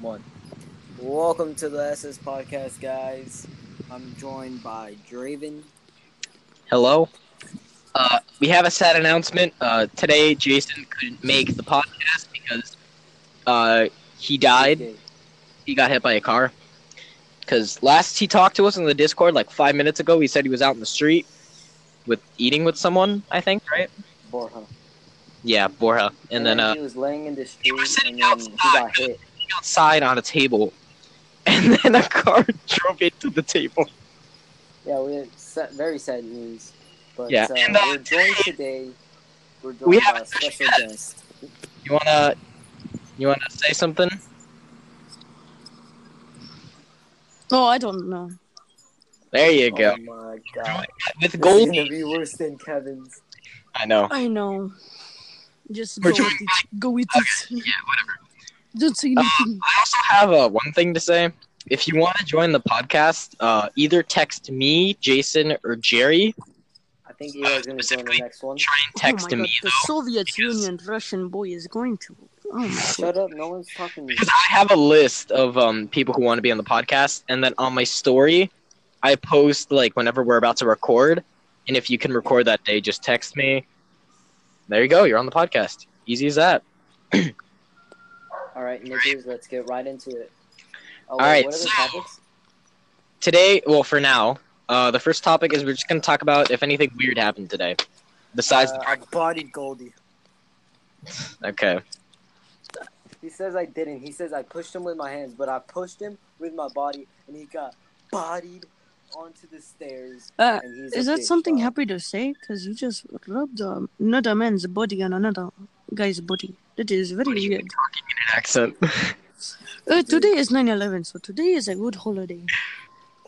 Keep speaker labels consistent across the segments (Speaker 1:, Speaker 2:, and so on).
Speaker 1: One. Welcome to the SS Podcast, guys. I'm joined by Draven.
Speaker 2: Hello. Uh, we have a sad announcement. Uh, today, Jason couldn't make the podcast because uh, he died. He got hit by a car. Because last he talked to us on the Discord, like five minutes ago, he said he was out in the street with eating with someone. I think, right?
Speaker 1: Borja.
Speaker 2: Yeah, Borja. And then uh,
Speaker 1: he was laying in the
Speaker 2: we
Speaker 1: street
Speaker 2: were sitting
Speaker 1: and then he got
Speaker 2: outside.
Speaker 1: hit.
Speaker 2: outside on a table, and then a car drove into the table.
Speaker 1: Yeah, we had sa- very sad news. But
Speaker 2: Yeah.
Speaker 1: uh,
Speaker 2: And, uh,
Speaker 1: we're joined today. We're joined
Speaker 2: we have
Speaker 1: by
Speaker 2: a
Speaker 1: a special
Speaker 2: special
Speaker 1: guest.
Speaker 2: You wanna, you wanna say something?
Speaker 3: Oh, I don't know.
Speaker 2: There you go.
Speaker 1: Oh my god.
Speaker 2: With
Speaker 1: This is
Speaker 2: Goldie,
Speaker 1: gonna be worse than Kevin's.
Speaker 2: I know.
Speaker 3: I know. Just
Speaker 2: We're
Speaker 3: go
Speaker 2: joined
Speaker 3: with it. Go with it. Yeah, whatever. Don't say
Speaker 2: Um,
Speaker 3: anything. Oh
Speaker 2: I also have uh, one thing to say. If you want to join the podcast, uh, either text me, Jason, or Jerry.
Speaker 1: I think Eli's gonna join the
Speaker 2: Specifically-
Speaker 1: next one.
Speaker 2: Try and text
Speaker 3: oh my
Speaker 2: me
Speaker 3: God, the
Speaker 2: though,
Speaker 3: Soviet
Speaker 2: because-
Speaker 3: Union Russian boy is going to. Oh my God.
Speaker 1: Shut up, no one's talking to you.
Speaker 2: because I have a list of um, people who want to be on the podcast, and then on my story, I post like whenever we're about to record, and if you can record that day, just text me. There you go. You're on the podcast. Easy as that.
Speaker 1: Alright, Nickers, let's get right into it. Oh,
Speaker 2: All right,
Speaker 1: what are the
Speaker 2: so-
Speaker 1: topics?
Speaker 2: Today, well, for now, uh, the first topic is we're just gonna talk about if anything weird happened today, besides.
Speaker 1: Uh, I bodied Goldie.
Speaker 3: Uh,
Speaker 2: okay.
Speaker 1: He says I didn't. He says I pushed him with my hands, but I pushed him with my body, and he got bodied onto the stairs.
Speaker 3: Uh,
Speaker 1: and he's
Speaker 3: is
Speaker 1: a
Speaker 3: that
Speaker 1: bitch,
Speaker 3: something
Speaker 1: dog.
Speaker 3: happy to say? Because you just rubbed um, another man's body on another guy's body. That is very
Speaker 2: What do you
Speaker 3: weird.
Speaker 2: Accent.
Speaker 3: Uh, today is 9-11, so today is a good holiday.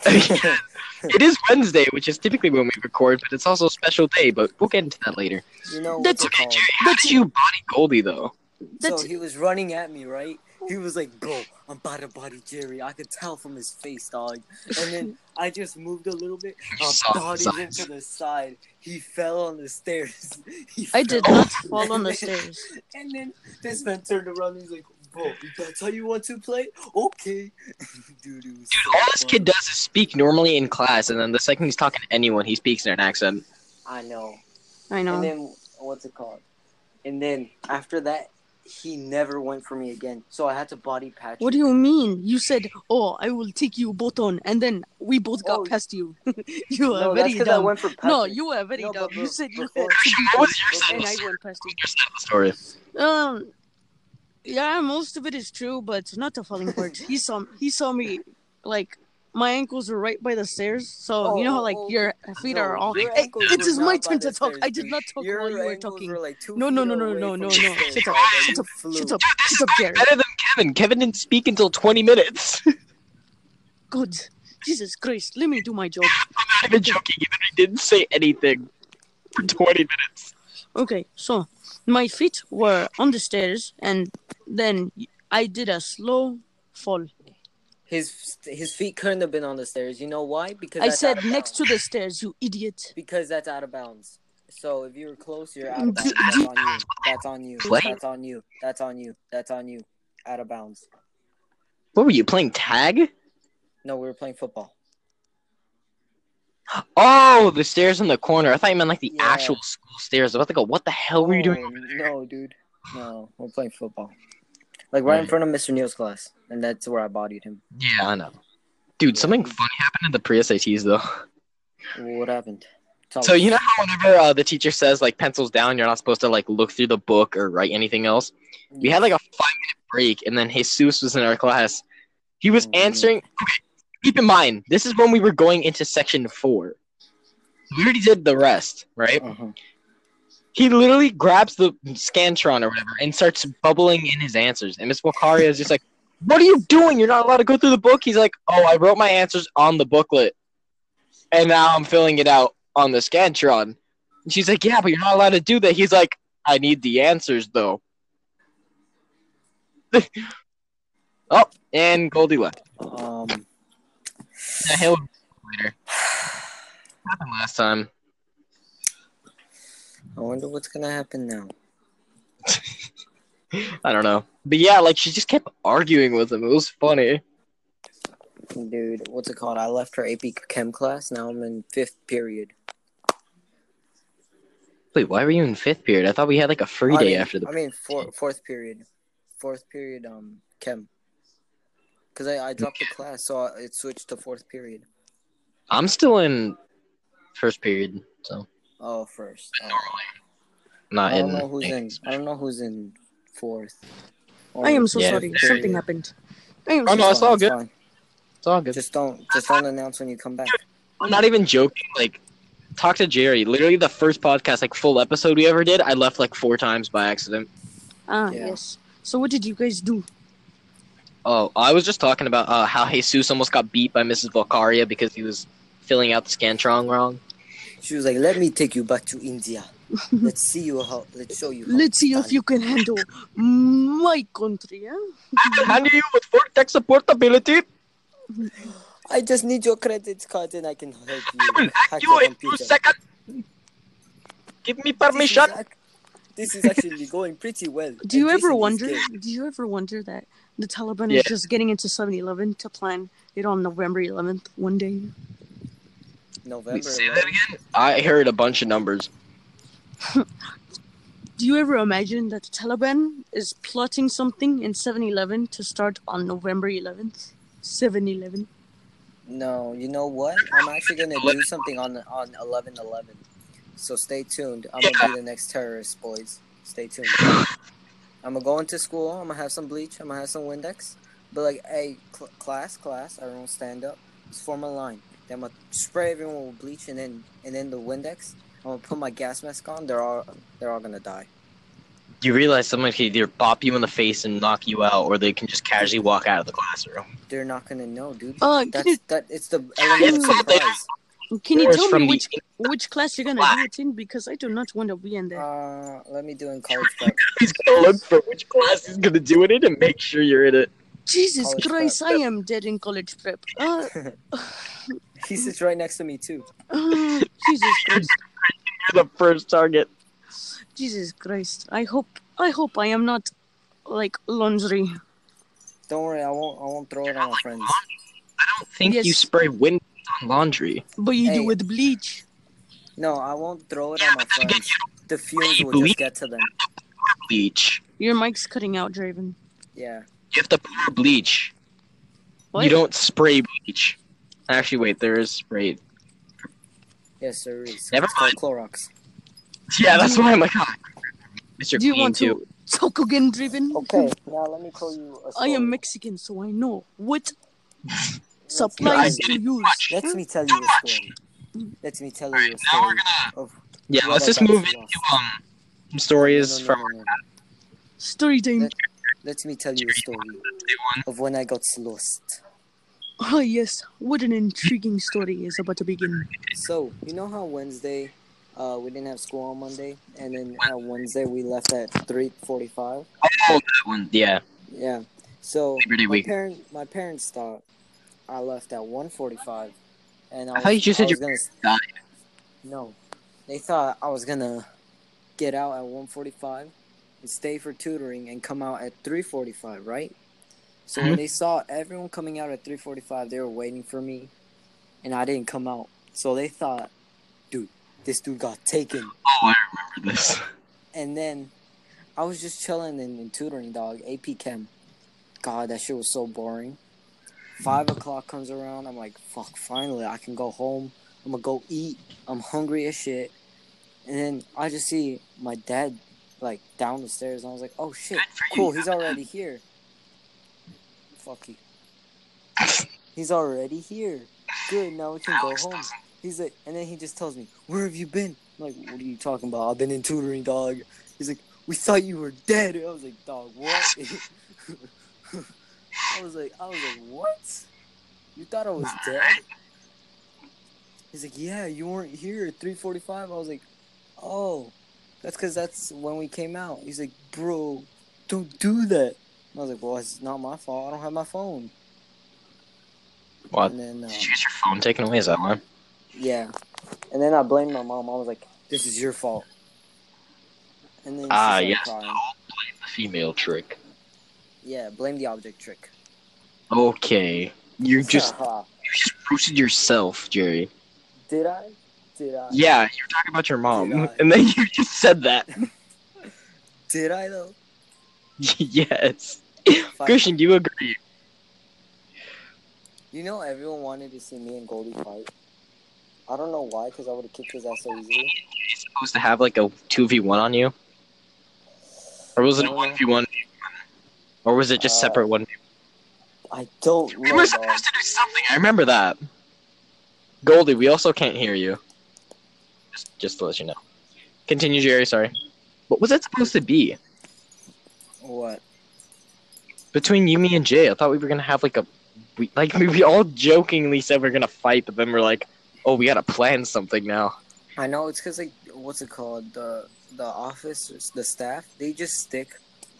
Speaker 2: it is Wednesday, which is typically when we record, but it's also a special day. But we'll get into that later.
Speaker 1: you know
Speaker 3: That's
Speaker 1: what's it
Speaker 2: okay,
Speaker 1: called?
Speaker 2: Jerry. How did you body Goldie though?
Speaker 3: That's
Speaker 1: So he was running at me, right? He was like, "Bro, I'm about to body Jerry." I could tell from his face, dog. And then I just moved a little bit. I
Speaker 2: saw his
Speaker 1: bodied him
Speaker 2: eyes.
Speaker 1: to the side. He fell on the stairs. He
Speaker 3: I did
Speaker 1: fell.
Speaker 3: not fall on the stairs.
Speaker 1: And then this man turned around. and He's like, "Bro, that's how you want to play? Okay, dude." It was so
Speaker 2: All this
Speaker 1: funny.
Speaker 2: kid does is speak normally in class, and then the second he's talking to anyone, he speaks in an accent.
Speaker 1: I know.
Speaker 3: I know.
Speaker 1: And then what's it called? And then after that, he never went for me again. So I had to body Patrick.
Speaker 3: What do you mean? You said, "Oh, I will take you both on," and then we both got
Speaker 1: Oh.
Speaker 3: past you. you are
Speaker 1: No, that's
Speaker 3: very
Speaker 1: because I
Speaker 3: dumb.
Speaker 1: went for Patrick.
Speaker 3: No, you were very
Speaker 1: No,
Speaker 3: dumb.
Speaker 1: but
Speaker 3: You
Speaker 1: look,
Speaker 3: said you
Speaker 1: before-
Speaker 3: had to
Speaker 2: Christian,
Speaker 3: be
Speaker 2: what was your
Speaker 3: dumb, and I
Speaker 2: sentence?
Speaker 3: went past you.
Speaker 2: Here's the story.
Speaker 3: Um, yeah, most of it is true, but not the falling part. he saw he saw me like my ankles were right by the stairs, so
Speaker 1: Oh,
Speaker 3: you know how
Speaker 1: oh,
Speaker 3: like
Speaker 1: oh,
Speaker 3: your feet
Speaker 1: no,
Speaker 3: are all.
Speaker 1: your
Speaker 3: Hey,
Speaker 1: ankles
Speaker 3: it
Speaker 1: were
Speaker 3: is my
Speaker 1: not by
Speaker 3: turn
Speaker 1: the
Speaker 3: to talk.
Speaker 1: stairs,
Speaker 3: I did
Speaker 1: dude.
Speaker 3: not talk
Speaker 1: Your
Speaker 3: while you were
Speaker 1: ankles
Speaker 3: talking.
Speaker 1: were like two
Speaker 3: No, no,
Speaker 1: feet
Speaker 3: no, no,
Speaker 1: away
Speaker 3: no,
Speaker 1: from the
Speaker 3: no, no.
Speaker 1: stairs,
Speaker 3: Shut up,
Speaker 1: dog, and
Speaker 3: shut
Speaker 1: you
Speaker 3: up,
Speaker 1: flew.
Speaker 3: Shut up,
Speaker 2: Dude, this
Speaker 3: shut up,
Speaker 2: is
Speaker 3: Jared.
Speaker 2: better than Kevin. Kevin didn't speak until 20 minutes. I'm
Speaker 3: God, Jesus Christ, let me do my job.
Speaker 2: not even joking. And then he didn't say anything for 20 minutes.
Speaker 3: Okay, so my feet were on the stairs, and then I did a slow fall.
Speaker 1: His his feet couldn't have been on the stairs. You know why? Because
Speaker 3: I
Speaker 1: that's out
Speaker 3: said
Speaker 1: of
Speaker 3: next to
Speaker 1: bounds.
Speaker 3: the stairs, you idiot.
Speaker 1: because that's out of bounds. So if you were close, you're out of
Speaker 3: Do-
Speaker 1: bounds. That's on you. That's on you.
Speaker 2: What?
Speaker 1: That's on you. That's on you. That's on you. Out of bounds.
Speaker 2: What were you playing tag?
Speaker 1: No, we were playing football.
Speaker 2: Oh, the stairs in the corner. I thought you meant like the
Speaker 1: Yeah.
Speaker 2: actual school stairs. I was like, what the hell were you doing?
Speaker 1: Oh, No, dude. No, we're playing football. Like right in front of Mr. Neal's class, and that's where I bodied him.
Speaker 2: Yeah, I know. Dude, something funny happened in the pre SATs though.
Speaker 1: What happened? Tell
Speaker 2: So
Speaker 1: us.
Speaker 2: you know how whenever uh, the teacher says like pencils down, you're not supposed to like look through the book or write anything else. We had like a five minute break, and then Jesus was in our class. He was
Speaker 1: Mhm.
Speaker 2: answering. Okay, keep in mind, this is when we were going into section four. We already did the rest, right?
Speaker 1: Uh-huh.
Speaker 2: He literally grabs the scantron or whatever and starts bubbling in his answers. And Miss Wakaria is just like, "What are you doing? You're not allowed to go through the book." He's like, "Oh, I wrote my answers on the booklet, and now I'm filling it out on the scantron." And she's like, "Yeah, but you're not allowed to do that." He's like, "I need the answers though." oh, and Goldie left.
Speaker 1: Um,
Speaker 2: Yeah, he'll later. Happened last time.
Speaker 1: I wonder what's gonna happen now.
Speaker 2: I don't know. But yeah, like she just kept arguing with him. It was funny.
Speaker 1: Dude, what's it called? I left her AP Chem class. Now I'm in fifth period.
Speaker 2: Wait, why were you in fifth period? I thought we had like a free
Speaker 1: I
Speaker 2: day
Speaker 1: mean-
Speaker 2: after the.
Speaker 1: I mean, four, fourth period, fourth period, um, chem. Because I, I dropped the class, so I, it switched to fourth period.
Speaker 2: I'm still in first period, so
Speaker 1: Oh, first. Oh.
Speaker 2: not
Speaker 1: I
Speaker 2: in.
Speaker 1: don't know who's in.
Speaker 2: eighth.
Speaker 1: I don't know who's in fourth.
Speaker 3: I am so
Speaker 2: Yeah,
Speaker 3: sorry.
Speaker 2: very-
Speaker 3: Something happened. I am
Speaker 2: Oh,
Speaker 3: so
Speaker 2: no, it's
Speaker 1: fine,
Speaker 2: all good.
Speaker 1: fine.
Speaker 2: It's all good.
Speaker 1: Just don't, just don't announce when you come back.
Speaker 2: I'm not even joking. Like, talk to Jerry. Literally, the first podcast, like full episode we ever did, I left like four times by accident.
Speaker 3: Ah,
Speaker 1: Yeah.
Speaker 3: yes. So what did you guys do?
Speaker 2: Oh, I was just talking about uh, how Jesus almost got beat by Mrs. Volcaria because he was filling out the scantron wrong.
Speaker 1: She was like, "Let me take you back to India. Let's see you how. Let's show you. How
Speaker 3: Let's see if
Speaker 1: done."
Speaker 3: you can handle my country, huh?
Speaker 2: I hand you with Vortex supportability.
Speaker 1: I just need your credit card and I can help
Speaker 2: will
Speaker 1: you hack
Speaker 2: You
Speaker 1: your
Speaker 2: in two
Speaker 1: computer.
Speaker 2: seconds. Give
Speaker 1: This
Speaker 2: me
Speaker 1: is,
Speaker 2: permission.
Speaker 1: ac- this is actually going pretty well.
Speaker 3: Do you
Speaker 1: And Jason
Speaker 3: ever
Speaker 1: is
Speaker 3: wonder?
Speaker 1: gay.
Speaker 3: Do you ever wonder that the Taliban
Speaker 2: Yeah.
Speaker 3: is just getting into 7-Eleven to plan it on November 11th one day?
Speaker 1: November.
Speaker 2: Say that
Speaker 1: right?
Speaker 2: again. I heard a bunch of numbers.
Speaker 3: Do you ever imagine that the Taliban is plotting something in 7-Eleven to start on November 11th? 7-Eleven.
Speaker 1: No, you know what? I'm actually gonna do something on on eleven eleven. So stay tuned. I'm gonna be the next terrorist, boys. Stay tuned. I'm gonna go into school. I'm gonna have some bleach. I'm gonna have some Windex. But like, hey, cl- class, class, everyone stand up. Let's form a line. Then I'm gonna spray everyone with bleach and then and then the Windex. I'm gonna put my gas mask on. They're all they're all gonna die.
Speaker 2: You realize someone can either pop you in the face and knock you out, or they can just casually walk out of the classroom.
Speaker 1: They're not gonna know, dude.
Speaker 3: Uh, can
Speaker 1: That's that. It's the element of
Speaker 2: Yes, but they-
Speaker 1: surprise.
Speaker 3: you, can you
Speaker 2: Or it's
Speaker 3: tell
Speaker 2: from the-
Speaker 3: me which, which class you're gonna do it in? Because I do not want to be in there.
Speaker 1: Uh, let me do in college prep.
Speaker 2: He's gonna look for which class he's gonna do it in and make sure you're in it.
Speaker 3: Jesus
Speaker 1: college
Speaker 3: Christ, I am dead in college prep. Uh,
Speaker 1: He sits right next to me too.
Speaker 3: uh, Jesus Christ.
Speaker 2: You're the first target.
Speaker 3: Jesus Christ. I hope I hope I am not like laundry.
Speaker 1: Don't worry, I won't. I won't throw it on my friends.
Speaker 2: I don't think
Speaker 3: Yes.
Speaker 2: you spray wind on laundry.
Speaker 3: But you do
Speaker 1: Hey.
Speaker 3: with bleach.
Speaker 1: No, I won't throw it on my friends. The fumes will just get to them.
Speaker 2: Bleach.
Speaker 3: Your mic's cutting out, Draven.
Speaker 1: Yeah.
Speaker 2: You have to pour bleach. You don't spray bleach. Actually, wait, there is spray.
Speaker 1: Yes, there is.
Speaker 2: Never
Speaker 1: it's called Clorox.
Speaker 2: Yeah, that's why I'm like, ah, Mr.
Speaker 3: Do you
Speaker 2: Clean
Speaker 3: want
Speaker 2: too.
Speaker 3: to talk again, Draven?
Speaker 1: Okay, now let me tell you a
Speaker 3: I
Speaker 1: story.
Speaker 3: am Mexican, so I know what
Speaker 1: Let me-
Speaker 3: supplies
Speaker 2: I
Speaker 3: to use.
Speaker 1: Let me tell you a story. Let me tell you a
Speaker 2: now
Speaker 1: story.
Speaker 2: we're gonna.
Speaker 1: of
Speaker 2: Yeah,
Speaker 1: what
Speaker 2: let's
Speaker 1: I
Speaker 2: just
Speaker 1: got
Speaker 2: move
Speaker 1: lost.
Speaker 2: into um some stories
Speaker 1: No,
Speaker 2: from
Speaker 1: no, no, no, no.
Speaker 3: Story time.
Speaker 1: Let- Let me tell you a story
Speaker 2: day one.
Speaker 1: of when I got lost.
Speaker 3: Oh yes, what an intriguing story is about to begin.
Speaker 1: So you know how Wednesday, uh, we didn't have school on Monday, and then on Wednesday we left at three forty-five.
Speaker 2: Oh, that one. Yeah,
Speaker 1: Yeah. So
Speaker 2: Labor Day
Speaker 1: my,
Speaker 2: weekend.
Speaker 1: parent, my parents thought I left at 1:45, and I,
Speaker 2: I thought
Speaker 1: was-
Speaker 2: you just
Speaker 1: I
Speaker 2: said
Speaker 1: was
Speaker 2: your
Speaker 1: gonna,
Speaker 2: died.
Speaker 1: No, they thought I was gonna get out at 1:45 and stay for tutoring and come out at 3:45, right? So when
Speaker 2: Mhm.
Speaker 1: they saw everyone coming out at 3:45, they were waiting for me, and I didn't come out. So they thought, dude, this dude got taken.
Speaker 2: Oh, I remember this.
Speaker 1: And then I was just chilling in, in tutoring, dog. AP Chem. God, that shit was so boring. Five o'clock comes around. I'm like, fuck, finally, I can go home. I'm gonna go eat. I'm hungry as shit. And then I just see my dad, like, down the stairs. And I was like, oh shit, cool, he's already here. Fuck you. He's already here. Good, now we can go
Speaker 2: Alex
Speaker 1: home. He's like, and then he just tells me, "Where have you been?" I'm like, "What are you talking about? I've been in tutoring, dog." He's like, "We thought you were dead." I was like, "Dog, what?" I was like, "I was like, what? You thought I was dead?" He's like, "Yeah, you weren't here at 3:45." I was like, "Oh, that's because that's when we came out." He's like, "Bro, don't do that." I was like, "Well, it's not my fault. I don't have my phone."
Speaker 2: What?
Speaker 1: And then, uh,
Speaker 2: Did you get your phone taken away? Is that mine?
Speaker 1: yeah. And then I blamed my mom. I was like, "This is your fault." And then she
Speaker 2: Ah,
Speaker 1: started
Speaker 2: yes.
Speaker 1: crying.
Speaker 2: Don't blame the female trick.
Speaker 1: Yeah, blame the object trick.
Speaker 2: Okay. You just you just roasted yourself, Jerry.
Speaker 1: Did I? Did I?
Speaker 2: Yeah, you're talking about your mom.
Speaker 1: Did I?
Speaker 2: And then you just said that.
Speaker 1: Did I though?
Speaker 2: yes.
Speaker 1: Fuck.
Speaker 2: Christian, do you agree?
Speaker 1: You know, everyone wanted to see me and Goldie fight. I don't know why, because I would have kicked his ass so easily.
Speaker 2: He's supposed to have like a 2v1 on you? Or was it a
Speaker 1: Uh,
Speaker 2: 1v1? Or was it just
Speaker 1: uh,
Speaker 2: separate one?
Speaker 1: I don't
Speaker 2: We
Speaker 1: know.
Speaker 2: were
Speaker 1: dog.
Speaker 2: supposed to do something. I remember that. Goldie, we also can't hear you. Just, just to let you know. Continue, Jerry. Sorry. What was it supposed to be
Speaker 1: What?
Speaker 2: between you, me, and Jay? I thought we were gonna have like a, we, like we, we all jokingly said we are gonna fight, but then we're like, oh, we gotta plan something now.
Speaker 1: I know it's because like what's it called the the office or s- the staff they just stick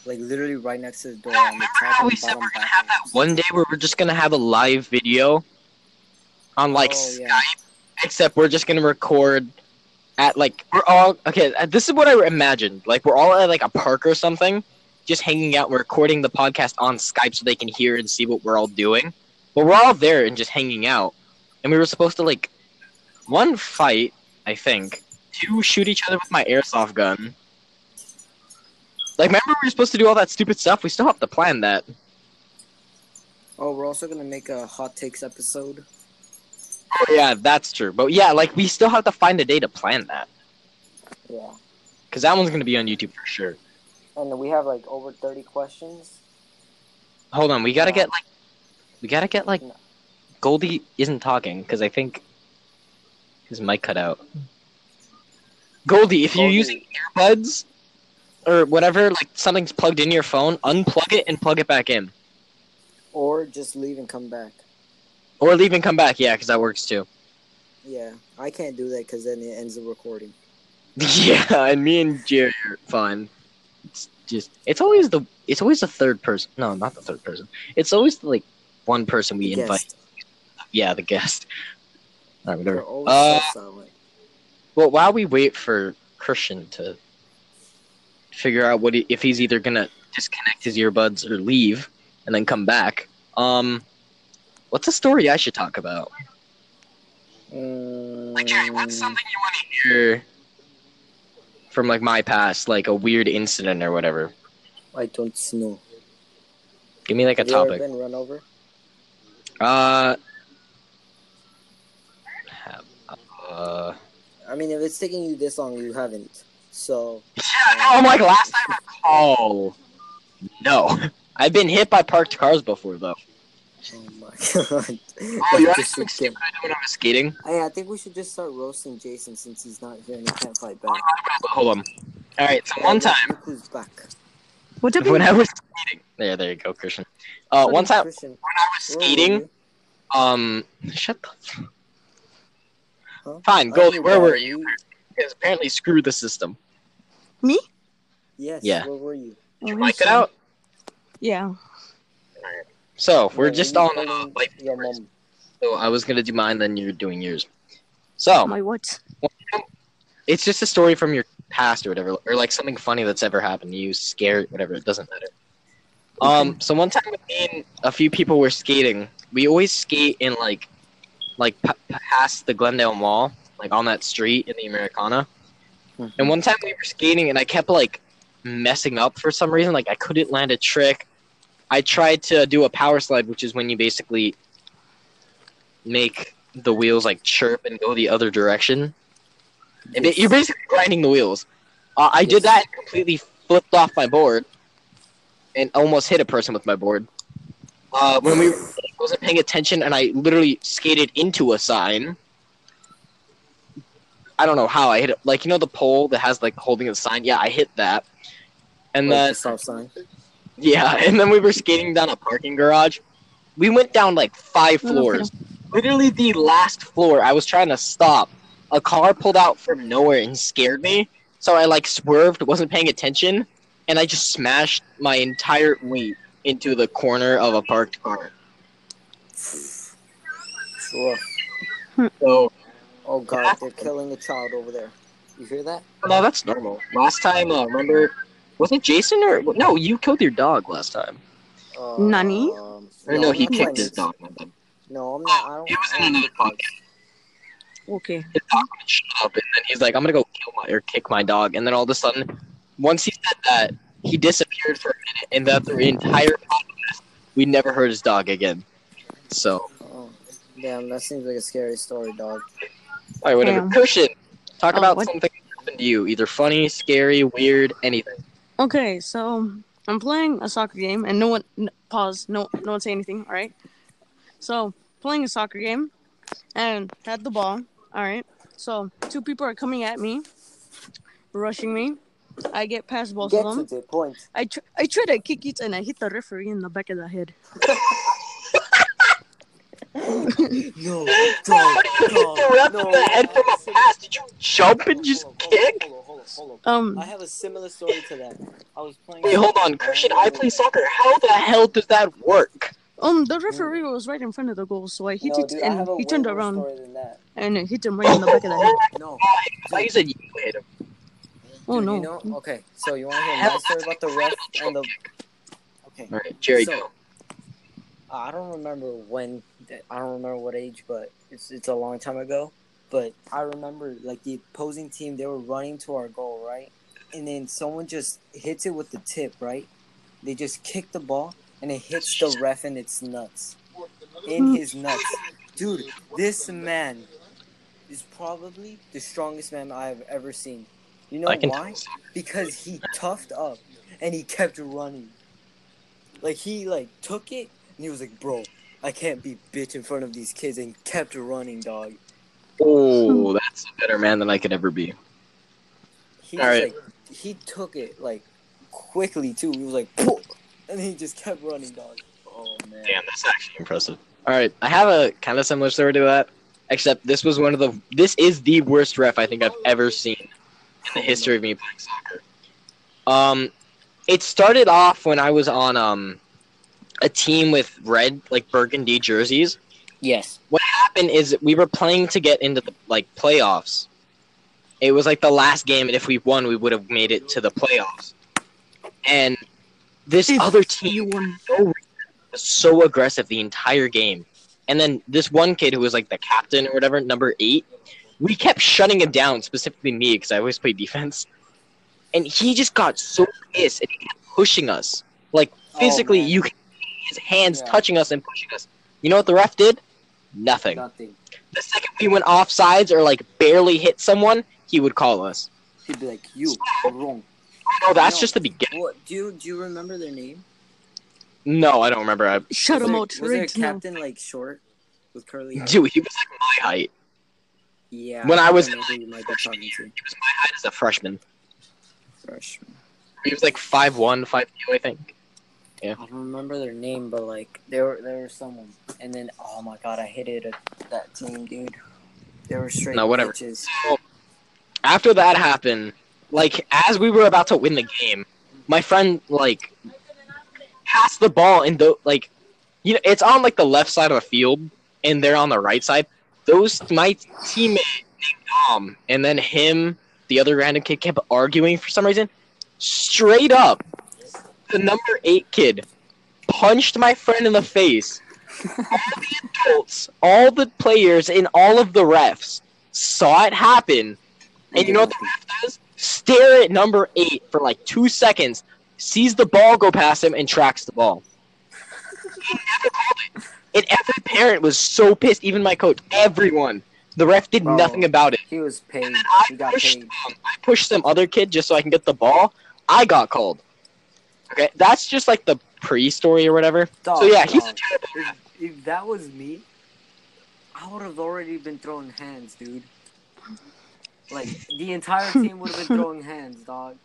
Speaker 1: like literally right next to the door on the top
Speaker 2: how
Speaker 1: and
Speaker 2: we said
Speaker 1: bottom
Speaker 2: we're gonna have that
Speaker 1: backwards.
Speaker 2: one day where we're just gonna have a live video on like
Speaker 1: Oh, yeah.
Speaker 2: Skype, except we're just gonna record at like we're all okay. uh, This is what I imagined. Like we're all at like a park or something, just hanging out. We're recording the podcast on Skype so they can hear and see what we're all doing. But we're all there and just hanging out. And we were supposed to like one fight, I think, two shoot each other with my airsoft gun. Like, remember we were supposed to do all that stupid stuff? We still have to plan that.
Speaker 1: Oh, we're also gonna make a hot takes episode.
Speaker 2: Oh, yeah, that's true. But yeah, like we still have to find a day to plan that
Speaker 1: Yeah,
Speaker 2: because that one's gonna be on YouTube for sure.
Speaker 1: and we have like over thirty questions.
Speaker 2: Hold on, we gotta
Speaker 1: Yeah.
Speaker 2: get like, we gotta get like,
Speaker 1: No.
Speaker 2: Goldie isn't talking because I think his mic cut out. Goldie, if you're
Speaker 1: Goldie.
Speaker 2: using earbuds or whatever, like something's plugged in your phone, unplug it and plug it back in,
Speaker 1: Or just leave and come back.
Speaker 2: or leave and come back. Yeah, because that works too.
Speaker 1: Yeah, I can't do that because then it ends the recording.
Speaker 2: Yeah, and me and Jerry are fine. It's just it's always the it's always the third person. No, not the third person. It's always like one person we
Speaker 1: The
Speaker 2: invite.
Speaker 1: guest.
Speaker 2: Yeah, the guest. All right,
Speaker 1: They're
Speaker 2: whatever.
Speaker 1: always
Speaker 2: Uh,
Speaker 1: so silent.
Speaker 2: Well, while we wait for Christian to figure out what he, if he's either gonna disconnect his earbuds or leave and then come back, um, what's a story I should talk about? Like Jerry, what's
Speaker 1: Mm,
Speaker 2: something you want to hear from like my past, like a weird incident or whatever?
Speaker 1: I don't know.
Speaker 2: Give me like
Speaker 1: Have
Speaker 2: a
Speaker 1: you ever
Speaker 2: topic.
Speaker 1: Been run over.
Speaker 2: Uh, have- uh,
Speaker 1: I mean, if it's taking you this long, you haven't. So
Speaker 2: yeah, no, like last time I call. No, I've been hit by parked cars before though.
Speaker 1: Oh my god.
Speaker 2: Oh,
Speaker 1: That's
Speaker 2: you're
Speaker 1: just
Speaker 2: actually
Speaker 1: insane.
Speaker 2: stupid. I know when I was skating.
Speaker 1: Hey, I think we should just start roasting Jason since he's not here and he can't fight back.
Speaker 2: But hold on. All right, so one time
Speaker 1: Look who's back.
Speaker 3: What did we
Speaker 2: when I was skating, there, there you go, Christian. Uh, one time when
Speaker 1: Christian,
Speaker 2: I
Speaker 1: where
Speaker 2: was
Speaker 1: were
Speaker 2: skating,
Speaker 1: you?
Speaker 2: um, shut the.
Speaker 1: Huh?
Speaker 2: Fine,
Speaker 1: I
Speaker 2: goalie,
Speaker 1: don't
Speaker 2: where
Speaker 1: know.
Speaker 2: were you? Because apparently, screw the system.
Speaker 3: Me?
Speaker 1: Yes.
Speaker 2: Yeah.
Speaker 1: Where were you?
Speaker 3: Oh, I'm
Speaker 2: Mic it
Speaker 3: sorry.
Speaker 2: out.
Speaker 3: Yeah.
Speaker 2: So we're
Speaker 1: Where
Speaker 2: just
Speaker 1: were you
Speaker 2: on uh,
Speaker 1: holding
Speaker 2: like.
Speaker 1: your mom.
Speaker 2: So I was gonna do mine, then you're doing yours. So
Speaker 3: Oh My what?
Speaker 2: it's just a story from your past or whatever, or like something funny that's ever happened to you, scared, whatever. It doesn't matter. Um, so one time, me and a few people were skating. We always skate in like, like p- past the Glendale Mall, like on that street in the Americana.
Speaker 1: Mhm.
Speaker 2: And one time we were skating, and I kept like messing up for some reason. Like I couldn't land a trick. I tried to do a power slide, which is when you basically make the wheels like chirp and go the other direction. And ba- You're basically grinding the wheels. Uh, I did that and completely flipped off my board and almost hit a person with my board. Uh, when we I wasn't paying attention and I literally skated into a sign. I don't know how I hit it. Like you know the pole that has like holding the sign. Yeah, I hit that. And
Speaker 1: Like
Speaker 2: then
Speaker 1: the stop sign.
Speaker 2: yeah, and then we were skating down a parking garage. We went down like five
Speaker 3: No, no,
Speaker 2: floors. Literally the last floor, I was trying to stop. A car pulled out from nowhere and scared me. So I like swerved, wasn't paying attention, and I just smashed my entire weight into the corner of a parked car.
Speaker 1: Sure.
Speaker 2: So
Speaker 1: Oh
Speaker 2: Ah.
Speaker 1: god, they're killing a child over there. You hear that?
Speaker 2: no, that's normal. Last time, uh, remember Was it Jason or no? You killed your dog last time.
Speaker 3: Nani?
Speaker 1: Um,
Speaker 2: Or no, he
Speaker 1: I'm not
Speaker 2: kicked his
Speaker 1: playing
Speaker 2: dog. my bad.
Speaker 1: this. No, I'm not. I don't.
Speaker 2: It was in
Speaker 1: I don't
Speaker 2: another
Speaker 1: think
Speaker 2: podcast.
Speaker 3: Okay.
Speaker 2: His dog would shut up, and then he's like, "I'm gonna go kill my or kick my dog," and then all of a sudden, once he said that, he disappeared for a minute, and that the entire podcast, we never heard his dog again. So,
Speaker 1: it's- Oh, damn, that seems like a scary story, dog.
Speaker 2: all right, whatever.
Speaker 3: Damn.
Speaker 2: Christian, talk
Speaker 3: Oh,
Speaker 2: about
Speaker 3: what-
Speaker 2: something that happened to you, either funny, scary, weird, anything.
Speaker 3: Okay, so um, I'm playing a soccer game, and no one n- pause. No, no one say anything. All right. So playing a soccer game, and had the ball. All right. So two people are coming at me, rushing me. I get past both
Speaker 1: Get
Speaker 3: of
Speaker 1: to
Speaker 3: them.
Speaker 1: the point.
Speaker 3: I tr- I try to kick it, and I hit the referee in the back of the head.
Speaker 1: No,
Speaker 2: How
Speaker 1: dog,
Speaker 2: do you hit
Speaker 1: dog,
Speaker 2: the ref
Speaker 1: no.
Speaker 2: in the head from a pass? Did you jump and just
Speaker 1: Hold on, hold on,
Speaker 2: kick?
Speaker 1: Hold on, hold on, hold on.
Speaker 3: Um,
Speaker 1: I have a similar story to that. I was playing.
Speaker 2: Wait, hold on, Christian. I play soccer. How the hell does that work?
Speaker 3: um, the referee was right in front of the goal, so I hit
Speaker 1: No,
Speaker 3: it,
Speaker 1: dude, I
Speaker 3: and
Speaker 1: have a
Speaker 3: he
Speaker 1: way
Speaker 3: turned
Speaker 1: more
Speaker 3: around
Speaker 1: story than that.
Speaker 3: and I hit him right in the back of the head.
Speaker 1: No.
Speaker 2: Like you said, you hit him.
Speaker 3: Oh
Speaker 1: Dude,
Speaker 3: no!
Speaker 1: You know? Okay, so you want to hear my story about the ref and the? Okay,
Speaker 2: All right, Jerry,
Speaker 1: So-
Speaker 2: go.
Speaker 1: I don't remember when. I don't remember what age, but it's it's a long time ago. But I remember like the opposing team they were running to our goal, right? And then someone just hits it with the tip, right? They just kick the ball and it hits the ref in its nuts, in his nuts, dude. This man is probably the strongest man I have ever seen. You know
Speaker 2: I can
Speaker 1: why? because he toughed up and he kept running. Like he like took it and he was like, "Bro, I can't be bitch in front of these kids," and kept running, dog.
Speaker 2: Oh, that's a better man than I could ever be.
Speaker 1: He
Speaker 2: All
Speaker 1: was,
Speaker 2: right.
Speaker 1: like he took it like quickly too. He was like, "Poof," and he just kept running, dog. Oh man.
Speaker 2: Damn, that's actually impressive. All right, I have a kind of similar story to that, except this was one of the. This is the worst ref I think I've ever seen in the history of me playing soccer. Um, it started off when I was on um, a team with red like burgundy jerseys,
Speaker 1: Yes.
Speaker 2: what happened is we were playing to get into the like playoffs. It was like the last game, and if we won, we would have made it to the playoffs. And this
Speaker 3: If
Speaker 2: other team
Speaker 3: you won.
Speaker 2: was so aggressive the entire game. And then this one kid who was like the captain or whatever, number eight, we kept shutting him down, specifically me, because I always play defense. And he just got so pissed and he kept pushing us. Like
Speaker 1: Oh,
Speaker 2: physically,
Speaker 1: man.
Speaker 2: you could see his hands
Speaker 1: Yeah.
Speaker 2: touching us and pushing us. You know what the ref did? Nothing
Speaker 1: Nothing.
Speaker 2: the second we went off sides or like barely hit someone, he would call us.
Speaker 1: He'd be like, "You wrong."
Speaker 2: Oh, that's
Speaker 1: No.
Speaker 2: just the beginning.
Speaker 1: What do you do? You remember their name?
Speaker 2: No, I don't remember. I,
Speaker 3: Shut
Speaker 1: was
Speaker 3: him
Speaker 1: there,
Speaker 3: out
Speaker 1: Was there a
Speaker 3: right now.
Speaker 1: captain like short with curly hair?
Speaker 2: dude, he was like my height.
Speaker 1: Yeah.
Speaker 2: When I was-
Speaker 1: know who you might be talking to.
Speaker 2: He was my height as a freshman.
Speaker 1: Fresh.
Speaker 2: He was like 5'1", 5'2", I think.
Speaker 1: I don't remember their name, but like they were they were someone, and then oh my god, I hated it, that team, dude. They were straight.
Speaker 2: No, whatever.
Speaker 1: bitches.
Speaker 2: After that happened, like as we were about to win the game, my friend like passed the ball and the like, you know, it's on like the left side of the field and they're on the right side. Those my teammate named Dom and then him, the other random kid kept arguing for some reason. Straight up, the number eight kid punched my friend in the face. all the adults, all the players, and all of the refs saw it happen. And you know what the ref does? Stare at number eight for like two seconds, sees the ball go past him, and tracks the ball. and every parent was so pissed, even my coach, everyone. The ref did
Speaker 1: Bro.
Speaker 2: nothing about it.
Speaker 1: He was paid.
Speaker 2: I
Speaker 1: He got
Speaker 2: pushed,
Speaker 1: paid.
Speaker 2: um, I pushed some other kid just so I can get the ball. I got called. Okay, that's just like the pre-story or whatever.
Speaker 1: Dog,
Speaker 2: so yeah, he's a
Speaker 1: dog.
Speaker 2: terrible ref.
Speaker 1: If, if that was me, I would have already been throwing hands, dude. Like the entire team would have been throwing hands, dog.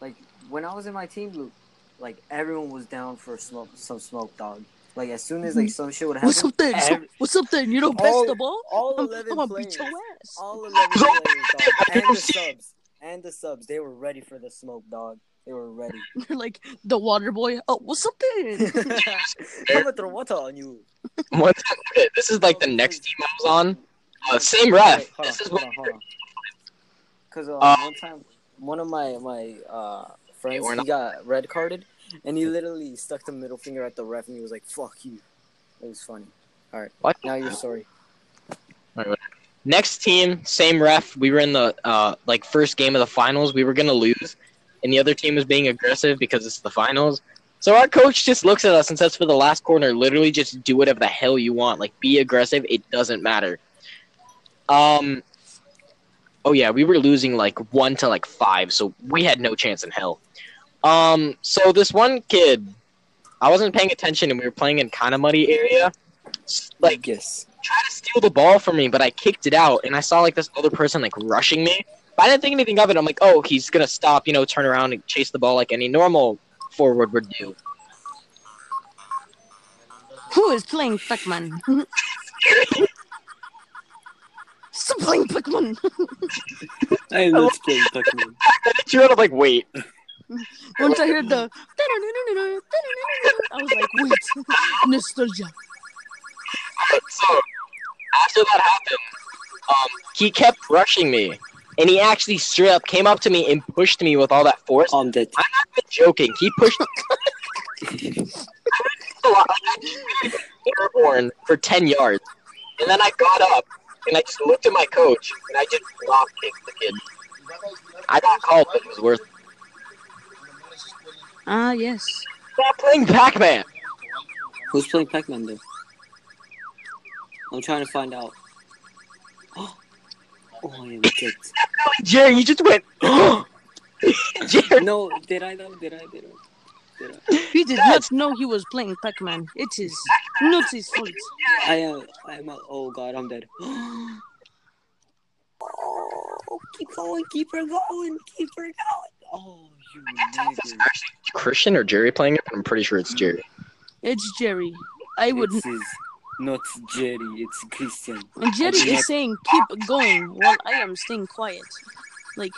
Speaker 1: Like when I was in my team, Luke, like everyone was down for smoke, some smoke, dog. Like as soon as
Speaker 2: Mm-hmm.
Speaker 1: like some shit would happen,
Speaker 3: What's up then? So-
Speaker 1: every-
Speaker 3: what's up then? You don't
Speaker 1: All-
Speaker 3: pass the ball?
Speaker 1: all
Speaker 3: I'm,
Speaker 1: 11
Speaker 3: I'm gonna
Speaker 1: players.
Speaker 3: beat your ass.
Speaker 1: All 11 players, dog. And the subs. And the subs. They were ready for the smoke, dog. They were ready.
Speaker 3: You're like the water boy. Oh, what's up then?
Speaker 1: I'm gonna throw water on you.
Speaker 2: One time- okay, this is like the next team I was on. Uh, same ref.
Speaker 1: Wait,
Speaker 2: This is
Speaker 1: hold
Speaker 2: what
Speaker 1: on, hold on, hold on. Because uh,
Speaker 2: Uh,
Speaker 1: one time, one of my, my uh, friends.
Speaker 2: we're
Speaker 1: He
Speaker 2: not-
Speaker 1: got red carded, and he literally stuck the middle finger at the ref, and he was like, "Fuck you." It was funny. All right,
Speaker 2: What?
Speaker 1: now you're sorry.
Speaker 2: Next team, same ref. We were in the uh, like first game of the finals. We were gonna lose, and the other team was being aggressive because it's the finals. So our coach just looks at us and says, "For the last corner, literally just do whatever the hell you want. Like be aggressive. It doesn't matter." Um. Oh yeah, we were losing like one to like five, so we had no chance in hell. Um. So this one kid, I wasn't paying attention, and we were playing in kind of muddy area. S- Like
Speaker 1: yes,
Speaker 2: try to steal the ball from me, but I kicked it out, and I saw like this other person like rushing me. But I didn't think anything of it. I'm like, oh, he's gonna stop, you know, turn around and chase the ball like any normal forward would do.
Speaker 3: Who is playing Pikmin? Stop playing Pikmin!
Speaker 4: Hey, let's play Pokemon.
Speaker 2: And you I'm like, wait,
Speaker 3: Once I heard the I was like, wait, nostalgia.
Speaker 2: so after that happened, um, he kept rushing me, and he actually straight up came up to me and pushed me with all that force.
Speaker 4: I'm dead.
Speaker 2: I'm not joking. He pushed. I was airborne for ten yards, and then I got up and I just looked at my coach and I just lob kicked the kid. I got called, but it was worth. it.
Speaker 3: Ah, yes.
Speaker 2: Stop playing Pac-Man.
Speaker 4: Who's playing Pac-Man though? I'm trying to find out. Oh, I am dead.
Speaker 2: Jerry, you just went. Jerry,
Speaker 4: No, did I though? Did I? Did I?
Speaker 3: He did
Speaker 2: Yes.
Speaker 3: not know he was playing Pac-Man. It is not his fault.
Speaker 4: I am. I am. Oh God, I'm dead. Oh, keep going. Keep her going. Keep her going. Oh, you
Speaker 2: Is
Speaker 4: nigger.
Speaker 2: Christian or Jerry playing it? I'm pretty sure it's Jerry.
Speaker 3: It's Jerry. I would.
Speaker 4: This is not Jerry. It's Christian.
Speaker 3: And Jerry is saying keep going while I am staying quiet. Like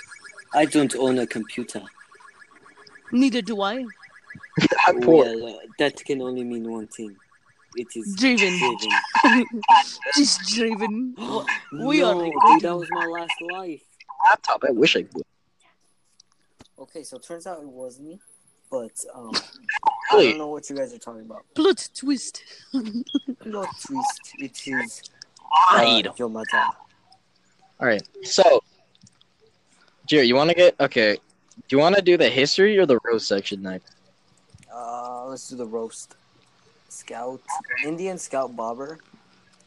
Speaker 4: I don't own a computer.
Speaker 3: neither do I.
Speaker 2: I'm poor.
Speaker 4: Well, uh, that can only mean one thing. It is
Speaker 3: Driven,
Speaker 4: Draven.
Speaker 3: just driven. We
Speaker 4: no,
Speaker 3: are
Speaker 4: dude, that was my last life.
Speaker 2: Laptop. I wish I. Would.
Speaker 1: Okay, so turns out it was me, but um, I don't
Speaker 2: Really?
Speaker 1: know what you guys are talking about.
Speaker 3: Plot twist.
Speaker 1: Not twist. It is uh,
Speaker 2: Lied.
Speaker 1: your mother.
Speaker 2: All right. So, Jerry, you want to get okay? Do you want to do the history or the roast section next?
Speaker 1: Uh, let's do the roast. Scout, Indian Scout Bobber.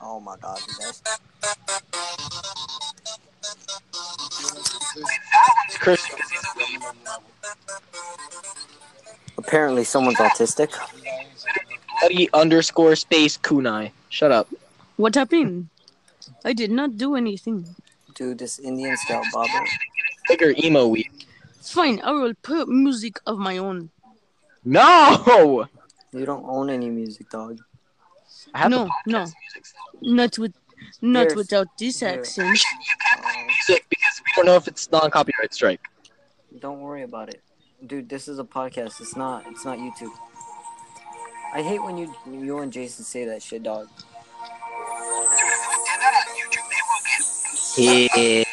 Speaker 1: Oh my God, you guys.
Speaker 2: Chris,
Speaker 1: Apparently, someone's autistic.
Speaker 2: buddy underscore space kunai. Shut up.
Speaker 3: What happened? I did not do anything.
Speaker 1: Dude, this Indian Scout Bobber.
Speaker 2: Bigger emo week.
Speaker 3: Fine, I will put music of my own.
Speaker 2: No.
Speaker 1: You don't own any music, dog.
Speaker 2: I have
Speaker 3: No,
Speaker 2: the
Speaker 3: no.
Speaker 2: podcast music still.
Speaker 3: Not with, not
Speaker 1: Yes.
Speaker 3: without this
Speaker 1: Yeah.
Speaker 3: accent.
Speaker 1: Um,
Speaker 2: Music because we don't know if it's non-copyright strike.
Speaker 1: don't worry about it, dude. This is a podcast. It's not. It's not YouTube. I hate when you you and Jason say that shit, dog.
Speaker 2: Yeah.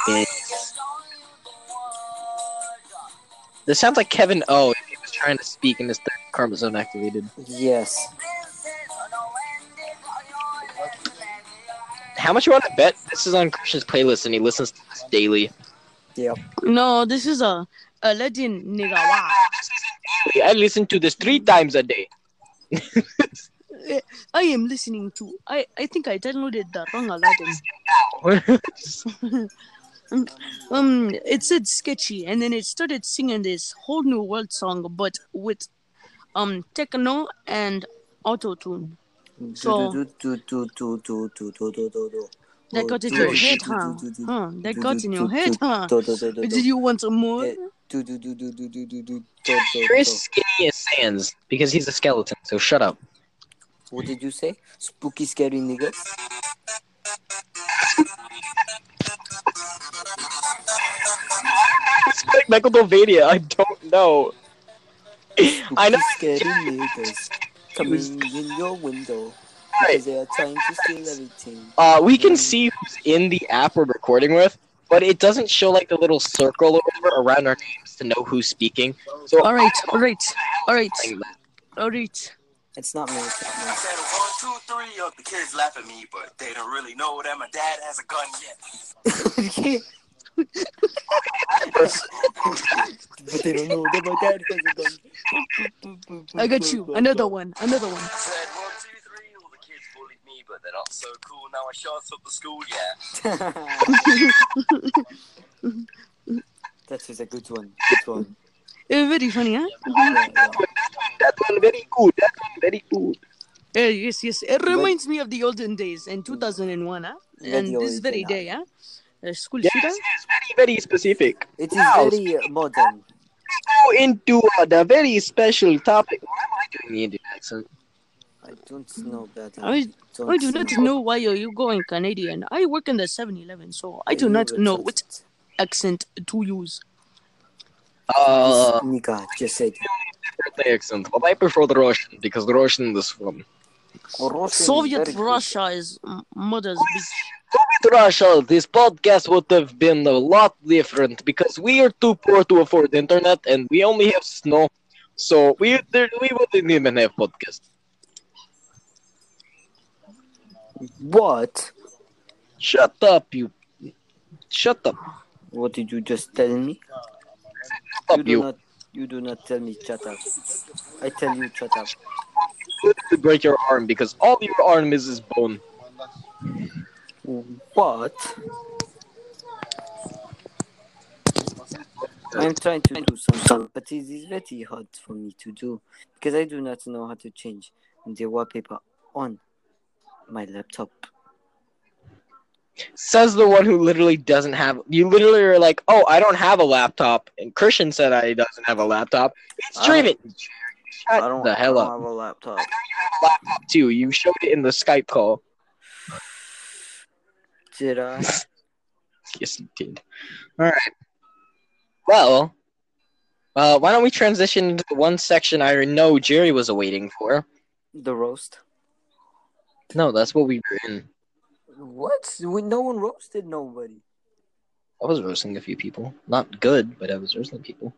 Speaker 2: This sounds like Kevin O. If he was trying to speak and his third karma zone activated.
Speaker 1: Yes.
Speaker 2: How much you want to bet this is on Christian's playlist and he listens to this daily?
Speaker 3: No, this is a Aladdin nigga. Wow.
Speaker 2: I listen to this three times a day.
Speaker 3: Eh, I am listening to. I I think I downloaded the wrong Aladdin. Um, it said sketchy, and then it started singing this whole new world song, but with um techno and auto tune. So-
Speaker 1: Do, do, do, do, do, do, do, do, do, do.
Speaker 3: That
Speaker 1: Oh,
Speaker 3: got in
Speaker 1: do,
Speaker 3: your
Speaker 1: do,
Speaker 3: head,
Speaker 1: do,
Speaker 3: huh?
Speaker 1: do, do, do,
Speaker 3: Huh? That
Speaker 1: do,
Speaker 3: got
Speaker 1: do,
Speaker 3: in your
Speaker 1: do,
Speaker 3: heid,
Speaker 1: do,
Speaker 3: huh?
Speaker 1: do, do, do, do,
Speaker 3: Did
Speaker 1: do.
Speaker 3: you want some more?
Speaker 1: Eh, do, do, do, do, do, do, do, do, do, do,
Speaker 2: You're
Speaker 1: do.
Speaker 2: as skinny as Sans because he's a skeleton, so shut up.
Speaker 1: What did you say? Spooky, scary niggas.
Speaker 2: It's like Michael Bovania, I don't know. I know.
Speaker 1: Spooky, scary niggas coming in your window
Speaker 2: Alright.
Speaker 1: because they are trying to steal everything.
Speaker 2: Uh, we can see who's in the app we're recording with. but it doesn't show like the little circle or whatever around our names to know who's speaking. So
Speaker 3: All right, all right, all right,
Speaker 2: like,
Speaker 3: all right.
Speaker 1: It's not me. It's not me.
Speaker 5: Said one, two, three of the kids laugh at me, but they don't really know that my dad has a gun yet.
Speaker 1: but they don't know that my dad has a gun.
Speaker 3: I got you. Another one. Another one.
Speaker 5: Said one, two, three, all the kids bullied me, but they're not so cool. Now I shot up the school, yeah.
Speaker 1: that was a good one. Good one.
Speaker 3: Eh, very funny, huh?
Speaker 1: Yeah, yeah.
Speaker 2: that one very good. That one very good.
Speaker 3: Eh, yes, yes. It reminds me of the olden days in 2001, huh?
Speaker 1: Very
Speaker 3: And this
Speaker 1: olden
Speaker 3: very
Speaker 1: day,
Speaker 3: day, huh? Eh, school
Speaker 2: Yes,
Speaker 3: shooter.
Speaker 2: yes, very very specific.
Speaker 1: It is
Speaker 2: Wow.
Speaker 1: very uh, modern.
Speaker 2: Go into uh, the very special topic. Why am I doing the Indian accent?
Speaker 1: I don't know that.
Speaker 3: I, I do not know why are you going Canadian. I work in the 7-Eleven, so I do not know what accent to use.
Speaker 2: Uh,
Speaker 1: Oh my God! Just said
Speaker 2: birthday accent. But I prefer the Russian because the Russian is one.
Speaker 1: Russian
Speaker 3: Soviet
Speaker 1: very good.
Speaker 3: Russia is m- mother's bitch.
Speaker 2: With Russia, this podcast would have been a lot different because we are too poor to afford internet and we only have snow. So we there, we wouldn't even have podcast.
Speaker 1: What?
Speaker 2: Shut up, you. Shut up.
Speaker 1: What did you just tell me?
Speaker 2: Shut
Speaker 1: you
Speaker 2: up,
Speaker 1: do
Speaker 2: you.
Speaker 1: not. You do not tell me shut up. I tell you shut up.
Speaker 2: You break your arm because all your arm is is bone.
Speaker 1: What? I'm trying to do something, but it is very hard for me to do because I do not know how to change the wallpaper on my laptop.
Speaker 2: Says the one who literally doesn't have. You literally are like, oh, I don't have a laptop, and Christian said I doesn't have a laptop. It's
Speaker 1: I
Speaker 2: Draven.
Speaker 1: I don't,
Speaker 2: Shut the hell
Speaker 1: I
Speaker 2: up.
Speaker 1: don't have a laptop.
Speaker 2: Laptop too. You showed it in the Skype call.
Speaker 1: Did I?
Speaker 2: Yes, you did. All right. Well, uh, why don't we transition to the one section I know Jerry was awaiting for?
Speaker 1: The roast.
Speaker 2: No, that's what we were in.
Speaker 1: What? We, no one roasted nobody.
Speaker 2: I was roasting a few people. Not good, but I was roasting people.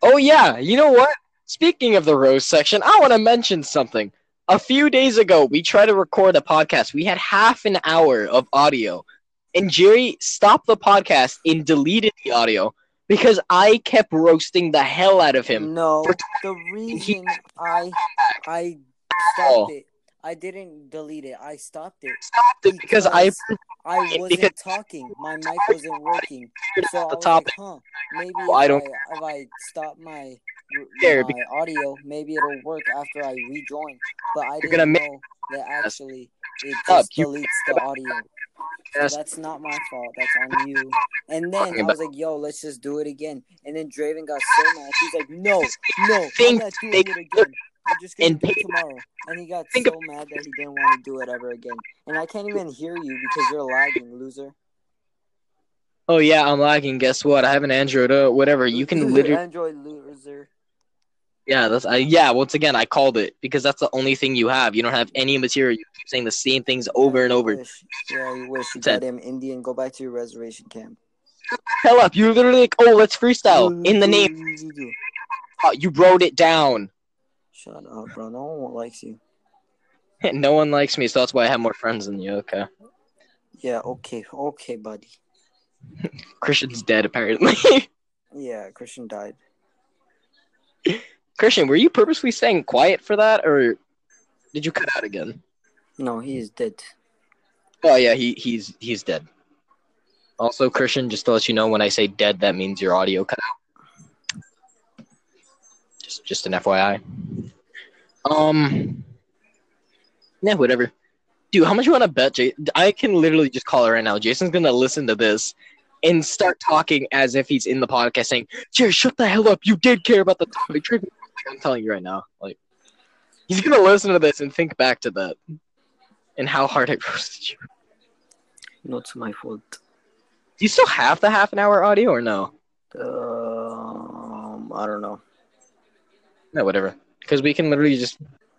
Speaker 2: Oh, yeah. You know what? Speaking of the roast section, I want to mention something. A few days ago, we tried to record a podcast. We had half an hour of audio, and Jerry stopped the podcast and deleted the audio because I kept roasting the hell out of him.
Speaker 1: No,
Speaker 2: For-
Speaker 1: the reason I I
Speaker 2: Oh.
Speaker 1: stopped it, I didn't delete it. I stopped it.
Speaker 2: Stopped it because I
Speaker 1: Because- I
Speaker 2: It-
Speaker 1: wasn't
Speaker 2: because-
Speaker 1: talking. My mic wasn't working.
Speaker 2: figured
Speaker 1: So
Speaker 2: out
Speaker 1: I was
Speaker 2: the
Speaker 1: like,
Speaker 2: topic.
Speaker 1: huh, maybe if
Speaker 2: I
Speaker 1: I,
Speaker 2: don't-
Speaker 1: if I stop my
Speaker 2: There,
Speaker 1: my audio, maybe it'll work after I rejoin. But I
Speaker 2: You're
Speaker 1: didn't
Speaker 2: gonna make-
Speaker 1: know that actually it
Speaker 2: Up,
Speaker 1: just
Speaker 2: you-
Speaker 1: deletes the audio.
Speaker 2: Yes.
Speaker 1: So that's not my fault. That's on you. And then I was like, yo, let's just do it again. And then Draven got so mad. He's like, no, no, I'm
Speaker 2: Think
Speaker 1: not doing
Speaker 2: they-
Speaker 1: it again. I'm just gonna
Speaker 2: and
Speaker 1: do it
Speaker 2: think-
Speaker 1: tomorrow. And he got
Speaker 2: think
Speaker 1: so mad that he didn't want to do it ever again. And I can't even hear you because you're lagging, loser.
Speaker 2: Oh yeah, I'm lagging. Guess what? I have an Android. Uh, whatever. You can literally.
Speaker 1: Android loser.
Speaker 2: Yeah, that's. I, yeah. Once again, I called it because that's the only thing you have. You don't have any material. You keep saying the same things over and
Speaker 1: You
Speaker 2: over.
Speaker 1: wish. Yeah, you wish you
Speaker 2: Said-
Speaker 1: goddamn Indian. Go back to your reservation camp.
Speaker 2: Hell up! You're literally like, oh, let's freestyle in the name. Uh, You wrote it down.
Speaker 1: Shut up, bro. No one likes you.
Speaker 2: no one likes me, so that's why I have more friends than you. Okay.
Speaker 1: Yeah. Okay. Okay, buddy.
Speaker 2: Christian's dead apparently.
Speaker 1: Yeah, Christian died.
Speaker 2: Christian, were you purposely staying quiet for that, or did you cut out again?
Speaker 1: No, he is dead.
Speaker 2: Oh yeah, he he's he's dead. Also, Christian, just to let you know, when I say dead, that means your audio cut out. Just just an FYI. Um. Yeah, whatever. Dude, how much you want to bet? Jay- I can literally just call it right now. Jason's gonna listen to this and start talking as if he's in the podcast, saying, "Jerry, shut the hell up! You did care about the topic." Like, I'm telling you right now, like he's gonna listen to this and think back to that and how hard I roasted you.
Speaker 1: Not my fault.
Speaker 2: Do you still have the half an hour audio or no?
Speaker 1: Um, I don't know.
Speaker 2: No, whatever. Because we can literally just.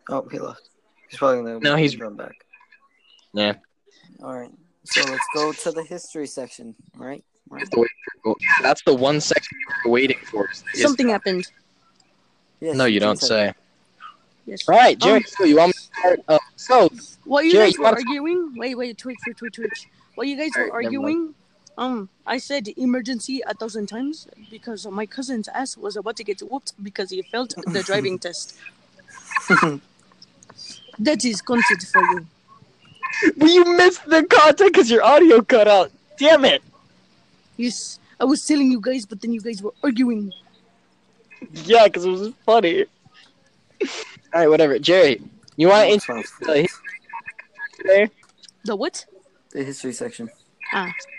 Speaker 1: Oh, he left. He's probably gonna
Speaker 2: No, he's-
Speaker 1: run back.
Speaker 2: Yeah.
Speaker 1: All right. So let's go to the history section, right?
Speaker 2: That's the, way we're go- that's the one section you were waiting for. is the history.
Speaker 3: Something happened.
Speaker 1: Yes,
Speaker 2: No, you
Speaker 1: history
Speaker 2: don't
Speaker 1: section.
Speaker 2: say.
Speaker 3: Yes.
Speaker 2: All right, Jerry. so you want me to start? Uh, so
Speaker 3: What you
Speaker 2: Jerry,
Speaker 3: guys
Speaker 2: you
Speaker 3: were
Speaker 2: wanna-
Speaker 3: arguing? Wait, wait, twitch, twitch, twitch, twitch. What you guys were
Speaker 2: Alright, never
Speaker 3: arguing? Um, I said emergency a thousand times because my cousin's ass was about to get whooped because he failed the driving test. that is content for you.
Speaker 2: Well, you missed the content because your audio cut out. Damn it!
Speaker 3: Yes, I was telling you guys, but then you guys were arguing.
Speaker 2: Yeah, because it was funny. All right, whatever. Jerry, you want to
Speaker 1: That's
Speaker 2: introduce
Speaker 1: fine.
Speaker 2: the history today?
Speaker 3: The what?
Speaker 1: The history section.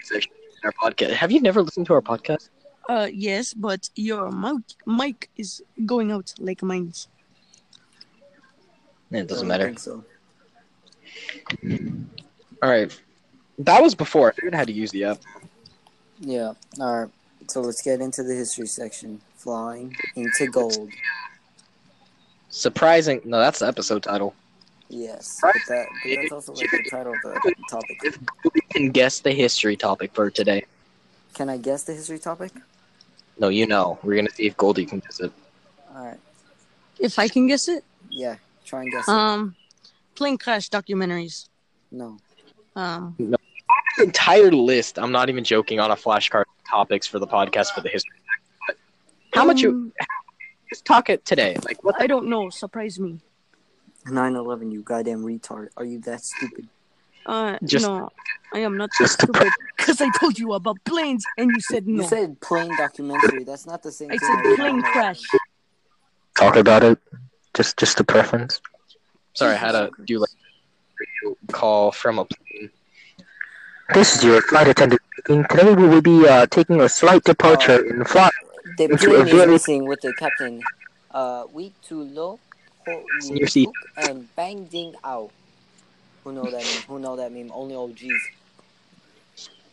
Speaker 2: Section of Our podcast. Have you never listened to our podcast?
Speaker 3: Uh, yes, but your mic mic is going out like mine's.
Speaker 2: It doesn't
Speaker 1: I don't
Speaker 2: matter.
Speaker 1: think so.
Speaker 2: All right, that was before I figured out how to use the app.
Speaker 1: Yeah. All right. So let's get into the history section. Flying into gold.
Speaker 2: Surprising. No, that's the episode title.
Speaker 1: Yes. But that, but that's also like the title of the topic.
Speaker 2: If we can guess the history topic for today.
Speaker 1: Can I guess the history topic?
Speaker 2: No, you know. We're gonna see if Goldie can guess it.
Speaker 1: All right.
Speaker 3: If I can guess it,
Speaker 1: Yeah. Try and guess. it.
Speaker 3: um, plane crash documentaries.
Speaker 1: No.
Speaker 3: Um,
Speaker 2: entire list. I'm not even joking on a flashcard topics for the podcast for the history. But how much you
Speaker 3: um,
Speaker 2: just talk it today? Like what?
Speaker 3: Hmm, I don't know. Surprise me.
Speaker 1: 9/11. You goddamn retard. Are you that stupid?
Speaker 3: Uh,
Speaker 2: Just-
Speaker 3: no, I am not
Speaker 2: Just the
Speaker 3: stupid because I told you about planes and you said no.
Speaker 1: You said plane documentary. That's not the same
Speaker 3: I
Speaker 1: thing.
Speaker 3: said
Speaker 1: as
Speaker 3: plane
Speaker 1: 9/11.
Speaker 3: crash.
Speaker 2: Talk about it. Just just the preference. Sorry, I had to do like a radio call from a plane. This is your flight attendant speaking. Today we will be uh, taking a slight
Speaker 1: departure
Speaker 2: in flight.
Speaker 1: The
Speaker 2: If you-
Speaker 1: plane
Speaker 2: if you
Speaker 1: is
Speaker 2: ever-
Speaker 1: missing with the captain. Uh, we too low. Holy
Speaker 2: Your seat.
Speaker 1: cook and bang ding ow. Who know that meme? Who know that meme? Only OGs.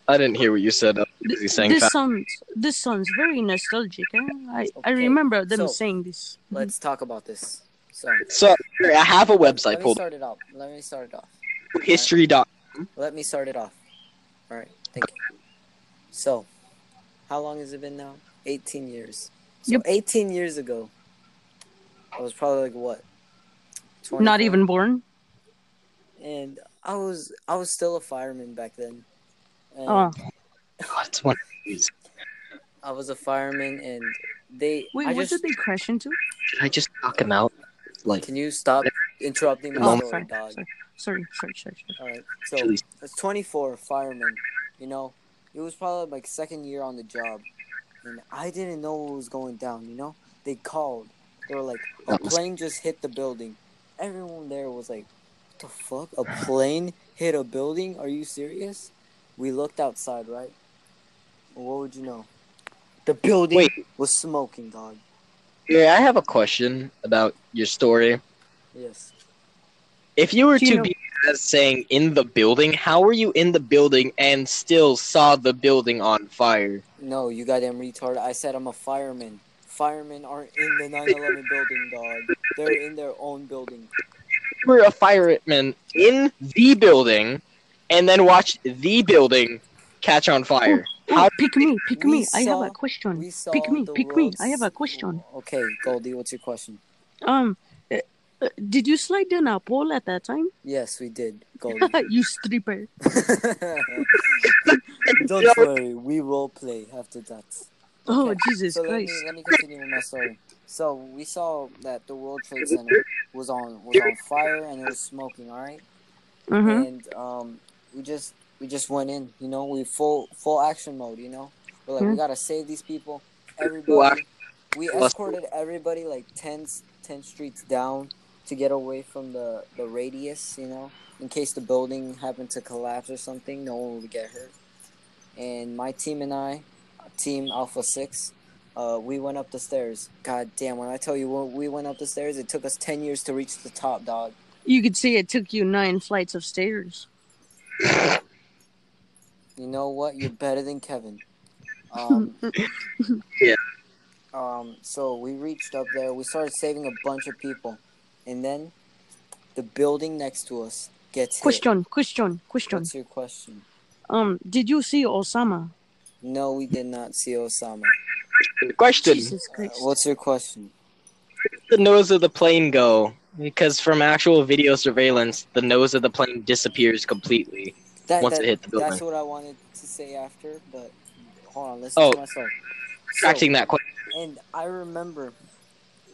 Speaker 2: I didn't hear what you said. I'm busy saying
Speaker 3: this
Speaker 2: fa-
Speaker 3: sounds this sounds very nostalgic. Eh? I I
Speaker 1: Okay,
Speaker 3: remember them
Speaker 1: so,
Speaker 3: saying this.
Speaker 1: Let's talk about this. So
Speaker 2: So I have a website
Speaker 1: let me
Speaker 2: pulled
Speaker 1: start it off. Let me start it off.
Speaker 2: history dot.
Speaker 1: Let me start it off. All right. Thank you. So, how long has it been now? 18 years. So,
Speaker 3: Yep.
Speaker 1: 18 years ago, I was probably like what? 24?
Speaker 3: Not even born.
Speaker 1: And I was I was still a fireman back then. And
Speaker 3: Oh,
Speaker 2: That's one. Did
Speaker 1: I was a fireman, and they.
Speaker 3: wait,
Speaker 1: I
Speaker 3: what
Speaker 1: just,
Speaker 3: did they crash into?
Speaker 2: I just knock him out? Like
Speaker 1: Can you stop interrupting my
Speaker 3: Oh,
Speaker 1: story,
Speaker 3: sorry,
Speaker 1: dog?
Speaker 3: sorry, sorry, sorry, sorry, sorry.
Speaker 1: All right. So
Speaker 2: Chili.
Speaker 1: it's 24 firemen. You know, it was probably like second year on the job, and I didn't know what was going down. You know, they called. They were like, a
Speaker 2: That was-
Speaker 1: plane just hit the building. Everyone there was like, what the fuck? A plane hit a building? Are you serious? We looked outside, right? And what would you know? The building
Speaker 2: Wait.
Speaker 1: was smoking, dog.
Speaker 2: Yeah, I have a question about your story.
Speaker 1: Yes.
Speaker 2: If you were
Speaker 3: Do you
Speaker 2: to
Speaker 3: know-
Speaker 2: be as saying in the building, how were you in the building and still saw the building on fire?
Speaker 1: No, you goddamn retard. I said I'm a fireman. Firemen aren't in the 9/11 building, dog. They're in their own building.
Speaker 2: You were a fireman in the building and then watched the building catch on fire.
Speaker 3: Oh,
Speaker 2: How-
Speaker 3: pick me, pick
Speaker 1: We
Speaker 3: me. I have
Speaker 1: saw-
Speaker 3: a question.
Speaker 1: We saw
Speaker 3: Pick me,
Speaker 1: the
Speaker 3: pick me.
Speaker 1: world's-
Speaker 3: I have a question.
Speaker 1: Okay, Goldie, what's your question?
Speaker 3: Um, uh, uh, did you slide down a pole at that time?
Speaker 1: Yes, we did, Goldie.
Speaker 3: you stripper.
Speaker 1: Don't worry, we role play after that.
Speaker 3: Oh
Speaker 1: Okay,
Speaker 3: Jesus
Speaker 1: so let me,
Speaker 3: Christ!
Speaker 1: let me continue with my story. So we saw that the World Trade Center was on was on fire and it was smoking. All right.
Speaker 3: Mm-hmm.
Speaker 1: and um, we just we just went in. You know, we full full action mode. You know, we're like we
Speaker 3: Mhm.
Speaker 1: gotta save these people.
Speaker 2: Full
Speaker 1: Everybody,
Speaker 2: action.
Speaker 1: we
Speaker 2: Full action.
Speaker 1: escorted everybody like 10, 10 streets down to get away from the the radius. You know, in case the building happened to collapse or something, no one would get hurt. And my team and I, team Alpha Six. Uh, we went up the stairs. God damn! When I tell you when we went up the stairs, it took us ten years to reach the top, dog.
Speaker 3: You could see it took you nine flights of stairs.
Speaker 1: You know what? You're better than Kevin.
Speaker 3: Hmm,
Speaker 1: Um,
Speaker 2: Yeah.
Speaker 1: Um, so we reached up there. We started saving a bunch of people, and then the building next to us gets hit.
Speaker 3: Question, question, question.
Speaker 1: What's your question?
Speaker 3: Um, did you see Osama?
Speaker 1: No, we did not see Osama.
Speaker 2: Question:
Speaker 3: Jesus
Speaker 1: Uh,
Speaker 3: Christ.
Speaker 1: what's your question?
Speaker 2: the nose of the plane go? Because from actual video surveillance, the nose of the plane disappears completely.
Speaker 1: That,
Speaker 2: Once
Speaker 1: that-
Speaker 2: it hit the building.
Speaker 1: That's what I wanted to say after, but hold on, listen
Speaker 2: Oh.
Speaker 1: to myself.
Speaker 2: Tracking that question.
Speaker 1: And I remember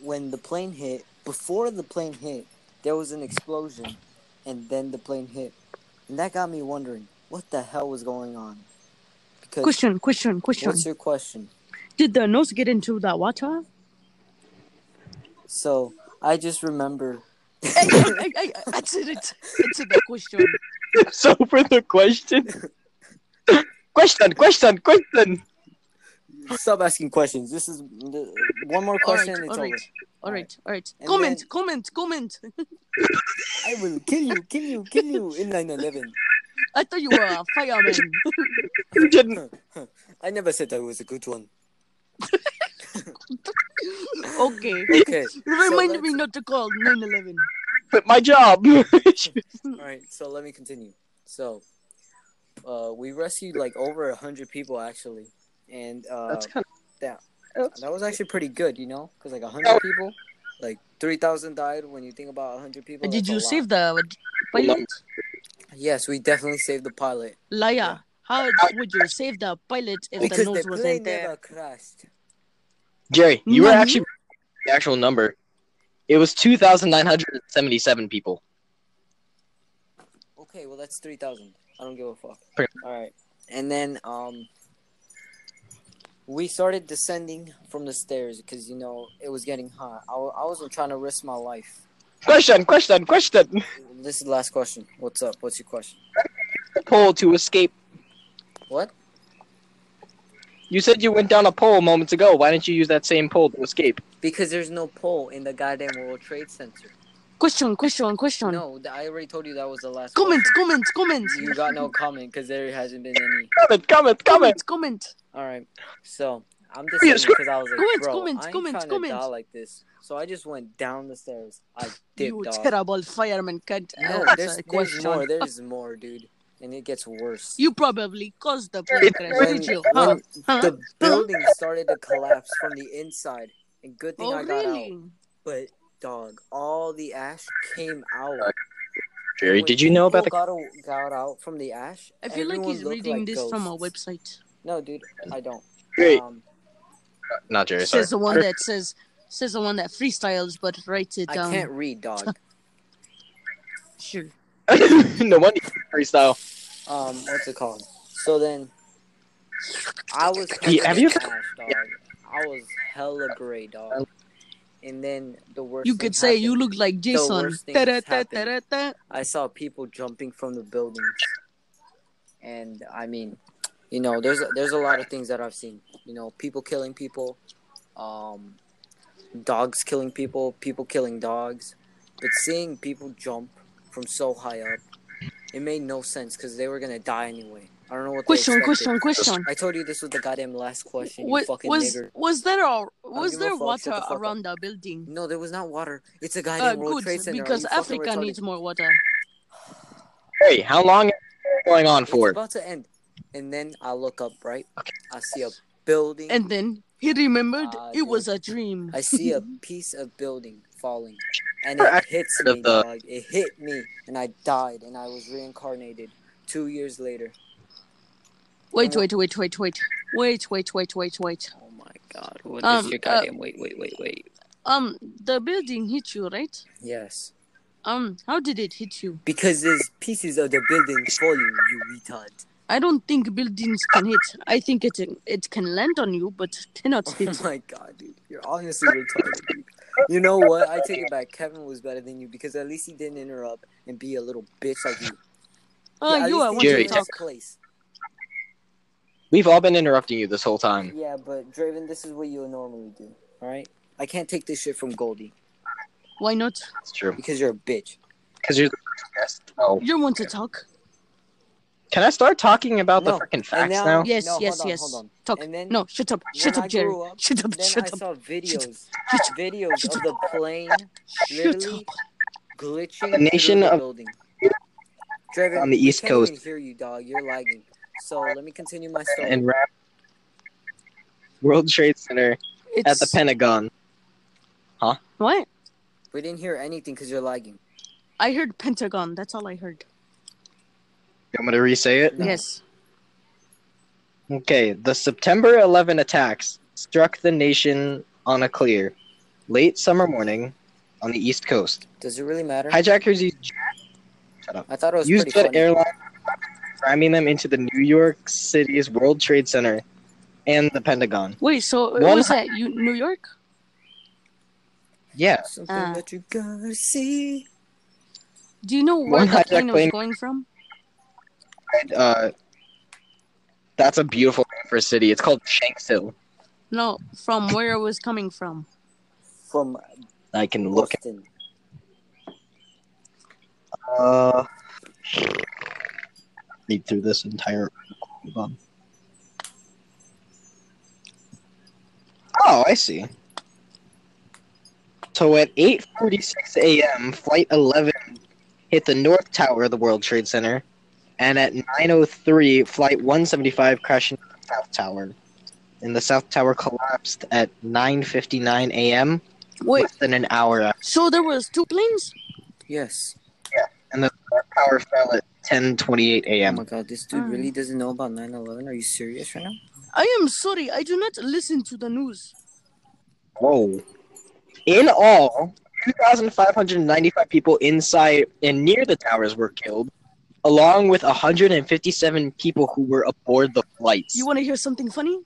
Speaker 1: when the plane hit, before the plane hit, there was an explosion, and then the plane hit. And that got me wondering what the hell was going on. Because
Speaker 3: Question, question, question.
Speaker 1: what's your question?
Speaker 3: Did the nose get into that water?
Speaker 1: So I just remember
Speaker 3: I, I, I, I answered it. Answer the question.
Speaker 2: so for the question. question, question, question.
Speaker 1: stop asking questions. This is the, one more question and
Speaker 3: all
Speaker 1: it's
Speaker 3: right,
Speaker 1: over.
Speaker 3: all right, all right.
Speaker 1: And
Speaker 3: Comment,
Speaker 1: then-
Speaker 3: comment, comment.
Speaker 1: I will kill you, kill you, kill you in 911.
Speaker 3: I thought you were a fireman.
Speaker 2: You didn't.
Speaker 1: I never said that was a good one.
Speaker 3: okay.
Speaker 1: Okay.
Speaker 3: Remind
Speaker 1: so
Speaker 3: me not to call 911.
Speaker 2: Quit my job.
Speaker 1: All right, so let me continue. So, uh, we rescued like over a hundred people actually, and uh,
Speaker 2: That's kind
Speaker 1: that was actually pretty good, you know, because like a hundred people, like three thousand died. When you think about a hundred people,
Speaker 3: Did
Speaker 1: Oh, that's a
Speaker 3: you
Speaker 1: lot.
Speaker 3: save the pilot?
Speaker 1: Yes, we definitely saved the pilot
Speaker 3: Liar.
Speaker 1: Yeah.
Speaker 3: How would you save the pilot if
Speaker 1: because
Speaker 3: the
Speaker 1: the
Speaker 3: nose
Speaker 1: plane
Speaker 3: wasn't there?
Speaker 1: never crashed.
Speaker 2: Jerry, you were
Speaker 3: Nani?
Speaker 2: actually the actual number. It was two thousand nine hundred and seventy-seven people.
Speaker 1: Okay, well that's three thousand. I don't give a fuck.
Speaker 2: Okay.
Speaker 1: All right, and then um, we started descending from the stairs because you know it was getting hot. I, wa- I wasn't trying to risk my life.
Speaker 2: Question, question, question.
Speaker 1: This is the last question. What's up? What's your question?
Speaker 2: Pole to escape.
Speaker 1: What?
Speaker 2: You said you went down a pole moments ago. Why didn't you use that same pole to escape?
Speaker 1: Because there's no pole in the goddamn World Trade Center.
Speaker 3: Question, question, question.
Speaker 1: No, th- I already told you that was the last
Speaker 3: Comment,
Speaker 1: question.
Speaker 3: comment, comment.
Speaker 1: You got no comment because there hasn't been any.
Speaker 2: Comment, comment, comment.
Speaker 3: comment, comment.
Speaker 1: All right, so I'm
Speaker 2: Yeah,
Speaker 1: just because I was like,
Speaker 3: comment,
Speaker 1: bro,
Speaker 3: comment,
Speaker 1: I ain't
Speaker 3: comment,
Speaker 1: trying
Speaker 3: comment.
Speaker 1: to die like this. So I just went down the stairs. I did,
Speaker 3: You
Speaker 1: dog.
Speaker 3: terrible fireman can't
Speaker 1: No,
Speaker 3: answer
Speaker 1: there's,
Speaker 3: a
Speaker 1: there's
Speaker 3: question.
Speaker 1: more. There's more, dude, and it gets worse.
Speaker 3: You probably caused the plane crash,
Speaker 1: When-
Speaker 3: did you? Oh, Huh?
Speaker 1: when
Speaker 3: Huh?
Speaker 1: the building started to collapse from the inside, and good thing
Speaker 3: Oh,
Speaker 1: I got
Speaker 3: really?
Speaker 1: out. But dog, all the ash came out.
Speaker 2: Jerry,
Speaker 1: When
Speaker 2: did you know about the?
Speaker 1: people got, o- got out from the ash?
Speaker 3: I feel like
Speaker 1: everyone
Speaker 3: he's
Speaker 1: looked
Speaker 3: reading
Speaker 1: like
Speaker 3: this from a
Speaker 1: ghosts.
Speaker 3: website.
Speaker 1: No, dude, I don't.
Speaker 2: Jerry,
Speaker 1: Um,
Speaker 2: not Jerry. Sorry.
Speaker 3: Says the one that says says the one that freestyles but writes it
Speaker 1: I
Speaker 3: down.
Speaker 1: can't read, dog.
Speaker 3: Sure.
Speaker 2: no wonder you freestyle.
Speaker 1: um, what's it called? So then, I was
Speaker 2: Hey,
Speaker 1: covered
Speaker 2: have
Speaker 1: in
Speaker 2: you-
Speaker 1: ash, dog. I was hella gray, dog. And then the worst.
Speaker 3: You
Speaker 1: thing
Speaker 3: could say you
Speaker 1: happened.
Speaker 3: look like Jason.
Speaker 1: worst thing that's happened.
Speaker 3: Ta-da-ta-ta-ta-ta.
Speaker 1: I saw people jumping from the buildings, and I mean, you know, there's there's a lot of things that I've seen. You know, people killing people, um, dogs killing people, people killing dogs, but seeing people jump from so high up, it made no sense because they were gonna die anyway. I don't know what.
Speaker 3: Question,
Speaker 1: they
Speaker 3: question,
Speaker 1: expected.
Speaker 3: question.
Speaker 1: I told you this was the goddamn last question. You
Speaker 3: Wa-
Speaker 1: fucking
Speaker 3: was
Speaker 1: nigger.
Speaker 3: was there a, was
Speaker 1: give a
Speaker 3: there
Speaker 1: fuck, shut
Speaker 3: water
Speaker 1: the fuck up.
Speaker 3: around the building?
Speaker 1: No, there was not water. It's a
Speaker 3: Uh,
Speaker 1: goddamn World
Speaker 3: good,
Speaker 1: Trade Center. Are
Speaker 3: because
Speaker 1: you fucking
Speaker 3: Africa
Speaker 1: retarded?
Speaker 3: needs more water.
Speaker 2: Hey, how long is this going on
Speaker 1: It's
Speaker 2: for?
Speaker 1: about to end. And then I look up, right? I see a building.
Speaker 3: And then he remembered
Speaker 1: Ah,
Speaker 3: it
Speaker 1: dude.
Speaker 3: was a dream.
Speaker 1: I see a piece of building falling. And
Speaker 2: I
Speaker 1: it hits
Speaker 2: heard of
Speaker 1: me,
Speaker 2: the-
Speaker 1: dog. It hit me. And I died. And I was reincarnated two years later.
Speaker 3: Wait, wait, wait, wait, wait, wait, wait, wait, wait, wait.
Speaker 4: Oh my god. What is
Speaker 3: Um,
Speaker 4: your
Speaker 3: uh,
Speaker 4: goddamn wait, wait, wait, wait.
Speaker 3: Um, the building hit you, right?
Speaker 1: Yes.
Speaker 3: Um, how did it hit you?
Speaker 1: Because there's pieces of the building falling, you retard.
Speaker 3: I don't think buildings can hit. I think it it can land on you, but cannot hit.
Speaker 1: Oh my god, dude. You're honestly retarded. dude. You know what? I take it back. Kevin was better than you because at least he didn't interrupt and be a little bitch like you.
Speaker 3: Oh,
Speaker 1: Yeah, at
Speaker 3: you
Speaker 1: least
Speaker 3: are
Speaker 1: he
Speaker 3: one to
Speaker 2: Jerry.
Speaker 1: didn't
Speaker 3: talk.
Speaker 1: take Place.
Speaker 2: We've all been interrupting you this whole time.
Speaker 1: Yeah, but Draven, this is what you normally do. All right. I can't take this shit from Goldie
Speaker 3: Why not?
Speaker 2: That's true.
Speaker 1: because you're a bitch.
Speaker 2: Because you're the best. Oh.
Speaker 3: You're one to talk.
Speaker 2: Can I start talking about
Speaker 1: No.
Speaker 2: the freaking facts
Speaker 1: now-
Speaker 2: now?
Speaker 3: Yes,
Speaker 1: No, hold
Speaker 3: yes,
Speaker 1: on,
Speaker 3: yes.
Speaker 1: hold on.
Speaker 3: Talk.
Speaker 1: And then
Speaker 3: No, shut up. Shut
Speaker 1: when
Speaker 3: up,
Speaker 1: I
Speaker 3: Jerry.
Speaker 1: grew up,
Speaker 3: Shut up,
Speaker 1: then
Speaker 3: shut
Speaker 1: I
Speaker 3: up,
Speaker 1: saw videos,
Speaker 3: shut up,
Speaker 1: videos
Speaker 3: shut
Speaker 1: of the plane
Speaker 3: shut
Speaker 1: literally
Speaker 3: up.
Speaker 1: glitching
Speaker 2: The nation
Speaker 1: through the
Speaker 2: of-
Speaker 1: building. Draven,
Speaker 2: on the
Speaker 1: we
Speaker 2: East
Speaker 1: can't even
Speaker 2: Coast.
Speaker 1: hear you, dog. You're lagging. So let me continue my story.
Speaker 2: and wrap World Trade Center
Speaker 3: It's
Speaker 2: at the Pentagon.
Speaker 3: What?
Speaker 1: we didn't hear anything because you're lagging.
Speaker 3: I heard Pentagon. That's all I heard.
Speaker 2: You want me to re-say it?
Speaker 1: No.
Speaker 3: Yes.
Speaker 2: Okay, the September 11 attacks struck the nation on a clear, late summer morning on the East Coast.
Speaker 1: Does it really matter? I,
Speaker 2: Hijackers used
Speaker 1: thought it was
Speaker 2: used
Speaker 1: pretty
Speaker 2: Jet
Speaker 1: funny.
Speaker 2: airline ramming them into the New York City's World Trade Center and the Pentagon.
Speaker 3: Wait. So it
Speaker 2: One-
Speaker 3: was at you, New York?
Speaker 2: Yeah,
Speaker 1: Something
Speaker 3: Ah.
Speaker 1: that you gotta see.
Speaker 3: Do you know where
Speaker 2: One
Speaker 3: the plane
Speaker 2: hijacked
Speaker 3: was
Speaker 2: plane-
Speaker 3: going from?
Speaker 2: uh, that's a beautiful name for a city. It's called Shanks Hill.
Speaker 3: No, from where it was coming from.
Speaker 1: From
Speaker 2: I can look.
Speaker 1: Boston.
Speaker 2: Uh, read through this entire. Hold on. Oh, I see. So at 8:46 a.m., Flight 11 hit the North Tower of the World Trade Center, and at 9:03, Flight 175 crashed into the South Tower. And the South Tower collapsed at 9:59 a.m.
Speaker 3: Wait.
Speaker 2: less than an hour after.
Speaker 3: So there was two planes.
Speaker 1: Yes.
Speaker 2: North Tower fell at 10:28
Speaker 1: Oh
Speaker 2: a.m.
Speaker 1: my god, this dude
Speaker 3: Alright.
Speaker 1: really doesn't know about 9 11? Are you serious right now?
Speaker 3: I am sorry. I do not listen to the news.
Speaker 2: Whoa. In all, 2,595 people inside and near the towers were killed, along with 157 people who were aboard the flights.
Speaker 3: You want to hear something funny?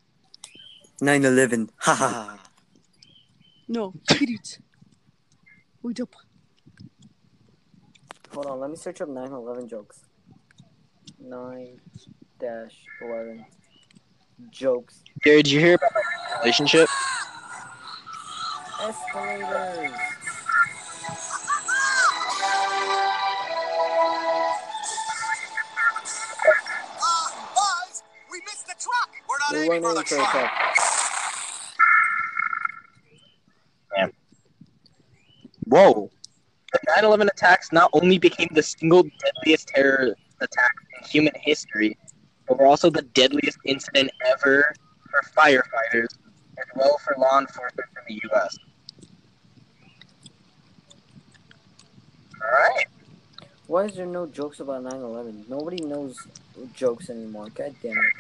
Speaker 1: 9 11. Ha ha ha.
Speaker 3: No. Read it. Wait up.
Speaker 1: Hold on, let me search up 9 11 jokes. 9 11 jokes.
Speaker 2: Gary, did you hear about my relationship?
Speaker 1: Escalators.
Speaker 5: Buzz, we missed the truck. We're not
Speaker 1: We weren't aiming for a truck.
Speaker 2: Whoa. The 9 11 attacks not only became the single deadliest terror attack in human history, but were also the deadliest incident ever for firefighters, as well for law enforcement in the U.S. All right.
Speaker 1: Why is there no jokes about 9 11? Nobody knows jokes anymore. God damn it.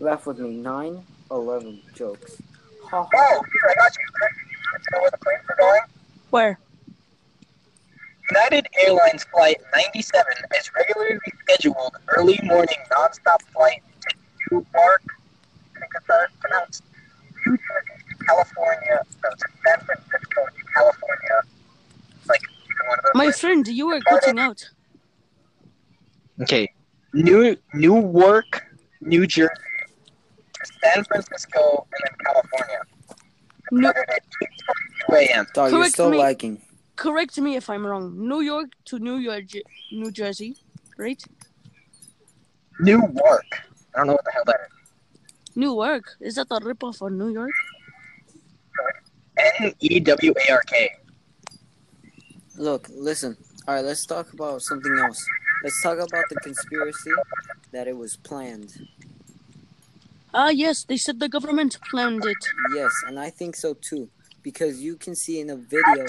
Speaker 1: Laugh with me. 9 11 jokes. Ha ha.
Speaker 2: Oh, here, I got you. You know where the planes are going?
Speaker 3: Where?
Speaker 2: United Airlines Flight 97 is regularly scheduled early morning nonstop flight to Newark, I think that's how it's pronounced, New Jersey, California, from San Francisco to California. It's like either one of those.
Speaker 3: My friend, you were cutting out.
Speaker 2: Okay. New Newark, New Jersey, to San Francisco, and then California.
Speaker 3: No.
Speaker 2: At 2 a.m.
Speaker 1: Dog, you're
Speaker 3: Correct
Speaker 1: still
Speaker 3: me.
Speaker 1: liking.
Speaker 3: Correct me if I'm wrong. New York to New York, New Jersey, right?
Speaker 2: Newark. I don't know what the hell that is.
Speaker 3: Newark. Is that a ripoff of New York?
Speaker 2: N E W A R K.
Speaker 1: Look, listen. All right, let's talk about something else. Let's talk about the conspiracy that it was planned.
Speaker 3: Ah, yes. They said the government planned it.
Speaker 1: Yes, and I think so too, because you can see in a video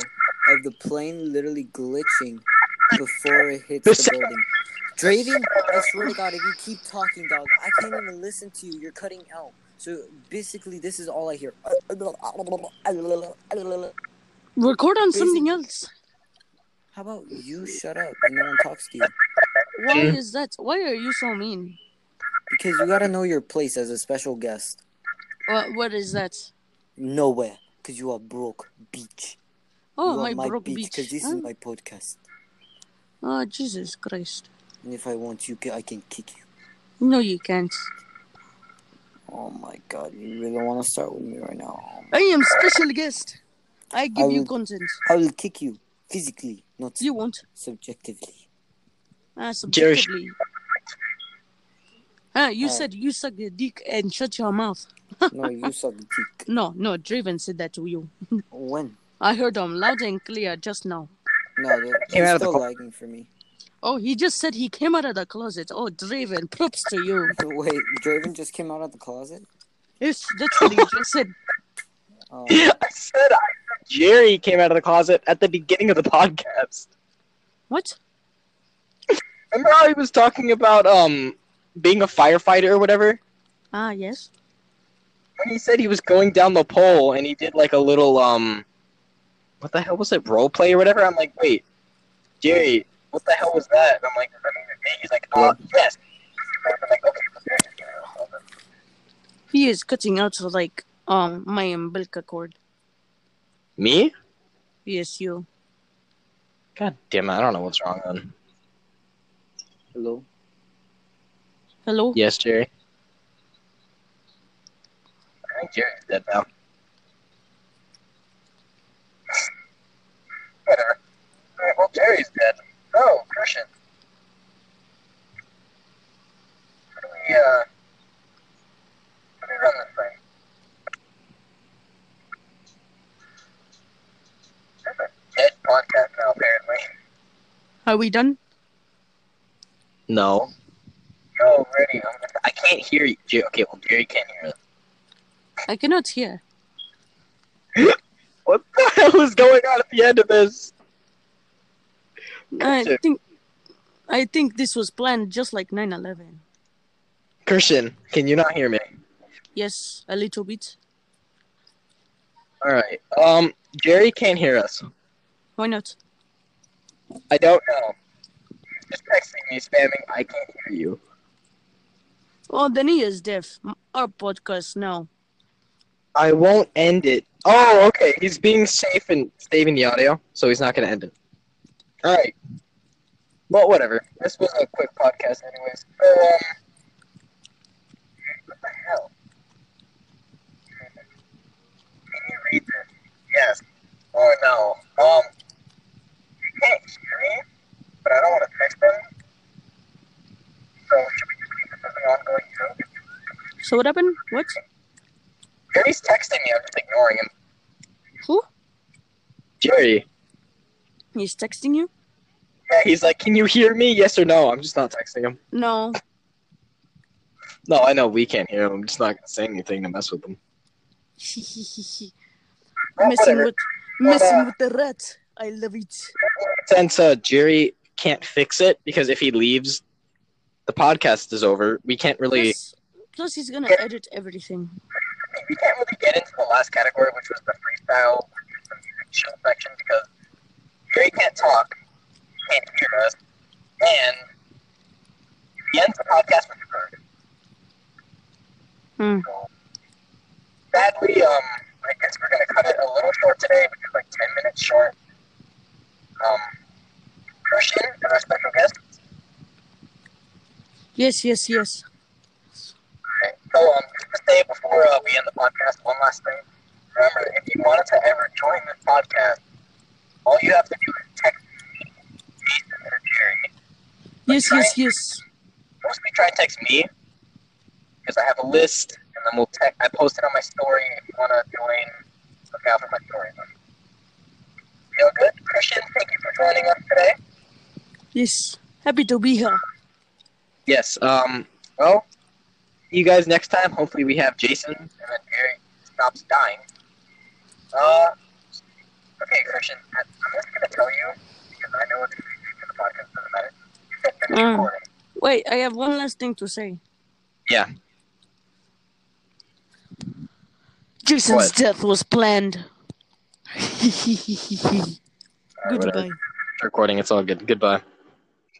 Speaker 1: of the plane literally glitching before it hits
Speaker 2: This-
Speaker 1: the building. Draven, I swear to God, if you keep talking, dog, I can't even listen to you. You're cutting out. So basically, this is all I hear. How
Speaker 3: Record on
Speaker 1: Busy.
Speaker 3: something else.
Speaker 1: about you shut up and no one talks to you?
Speaker 3: Why
Speaker 2: Mm.
Speaker 3: is that? Why are you so mean?
Speaker 1: Because you gotta know your place as a special guest.
Speaker 3: What, what is that?
Speaker 1: Nowhere, because you are broke, beach.
Speaker 3: Oh,
Speaker 1: you
Speaker 3: my,
Speaker 1: are my
Speaker 3: broke
Speaker 1: beach,
Speaker 3: beach.
Speaker 1: because this
Speaker 3: Huh?
Speaker 1: is my podcast.
Speaker 3: Oh, Jesus Christ.
Speaker 1: And if I want you, I can kick you.
Speaker 3: No, you can't.
Speaker 1: Oh my god, you really want to start with me right now?
Speaker 3: I am special guest. I give you
Speaker 1: will-
Speaker 3: content.
Speaker 1: I will kick you physically, not
Speaker 3: You won't.
Speaker 1: subjectively.
Speaker 3: Ah,
Speaker 2: Jerry-
Speaker 3: subjectively. Ah, you
Speaker 1: Oh.
Speaker 3: said you suck your dick and shut your mouth.
Speaker 1: no, you suck dick.
Speaker 3: No, no, Draven said that to you.
Speaker 1: When?
Speaker 3: I heard him loud and clear just now.
Speaker 1: No, they're,
Speaker 2: Came out
Speaker 1: they're
Speaker 2: of the
Speaker 1: still
Speaker 2: clo-
Speaker 1: lagging for me.
Speaker 3: Oh, he just said he came out of the closet. Oh, Draven, props to you.
Speaker 1: Wait, Draven just came out of the closet?
Speaker 3: It's that's what he just said.
Speaker 1: Oh,
Speaker 2: I said I, Jerry came out of the closet at the beginning of the podcast.
Speaker 3: What?
Speaker 2: Remember how he was talking about um being a firefighter or whatever?
Speaker 3: Ah, yes.
Speaker 2: When he said he was going down the pole and he did like a little um what the hell was it, role play or whatever? I'm like, wait, Jerry, what the hell was that? And I'm like, I mean, me. he's like, uh, yes. And I'm like, okay,
Speaker 3: He is cutting out like um my umbilical cord.
Speaker 2: Me?
Speaker 3: Yes, you.
Speaker 2: God damn it, I don't know what's wrong then.
Speaker 4: Hello?
Speaker 3: Hello.
Speaker 2: Yes, Jerry. I think Jerry's dead now. Whatever. Alright, Well, Jerry's dead. No, Christian. How do we, uh, how do we run this thing? That's a dead podcast now, apparently.
Speaker 3: Are we done?
Speaker 2: No. No, ready. I can't hear you. Jer- Okay, well, Jerry can't hear us.
Speaker 3: I cannot hear.
Speaker 2: What the hell is going on at the end of this?
Speaker 3: I
Speaker 2: Gotcha.
Speaker 3: think I think this was planned just like 9/11.
Speaker 2: Christian, can you not hear me?
Speaker 3: Yes, a little bit.
Speaker 2: All right. Um, Jerry can't hear us.
Speaker 3: Why not?
Speaker 2: I don't know. Just texting me, spamming. I can't hear you.
Speaker 3: Oh, then he is deaf. M- Our podcast now.
Speaker 2: I won't end it. Oh, okay. He's being safe and saving the audio, so he's not gonna end it. All right. Well, whatever. This was a quick podcast, anyways. Um, what the hell? Can you read this? Yes. Oh no. Um, you can't hear me, but I don't want to text them. So should we just keep this as an ongoing joke?
Speaker 3: So what happened? What?
Speaker 2: Jerry's texting me. I'm just ignoring him.
Speaker 3: Who?
Speaker 2: Jerry.
Speaker 3: He's texting you?
Speaker 2: Yeah, he's like, "Can you hear me? Yes or no?" I'm just not texting him.
Speaker 3: No.
Speaker 2: No, I know we can't hear him. I'm just not gonna say anything to mess with him. Oh,
Speaker 3: messing
Speaker 2: whatever.
Speaker 3: with messing with the rat. I love it.
Speaker 2: Since uh, Jerry can't fix it because if he leaves, the podcast is over. We can't really
Speaker 3: Plus, plus he's gonna edit everything.
Speaker 2: we can't really get into the last category, which was the freestyle the music show section because Jerry can't talk, can't hear us, and if he ends the podcast with a bird.
Speaker 3: Hmm.
Speaker 2: So, Sadly, um, I guess we're gonna cut it a little short today, which is like ten minutes short. Um, Christian is our special guest.
Speaker 3: Yes, yes, yes.
Speaker 2: Okay. So, um, just to say before uh, we end the podcast, one last thing. Remember, if you wanted to ever join this podcast, all you have to do is text me, Jason, or Jerry.
Speaker 3: Yes, yes, yes.
Speaker 2: Mostly try and text me, because I have a list, and then we'll text. I post it on my story if you want to join. Look out for my story. Feel good, Christian? Thank you for joining us today.
Speaker 3: Yes. Happy to be here.
Speaker 2: Yes. Um. Well, see you guys next time. Hopefully, we have Jason and then Jerry stops dying. Uh. Okay, Christian. I- I'm just gonna tell you because I know it's for the podcast doesn't matter. You said finish
Speaker 3: Mm.
Speaker 2: recording.
Speaker 3: Wait, I have one last thing to say.
Speaker 2: Yeah.
Speaker 3: Jason's
Speaker 2: What?
Speaker 3: death was planned.
Speaker 2: All right, whatever.
Speaker 3: Goodbye.
Speaker 2: It's Recording. It's all good. Goodbye.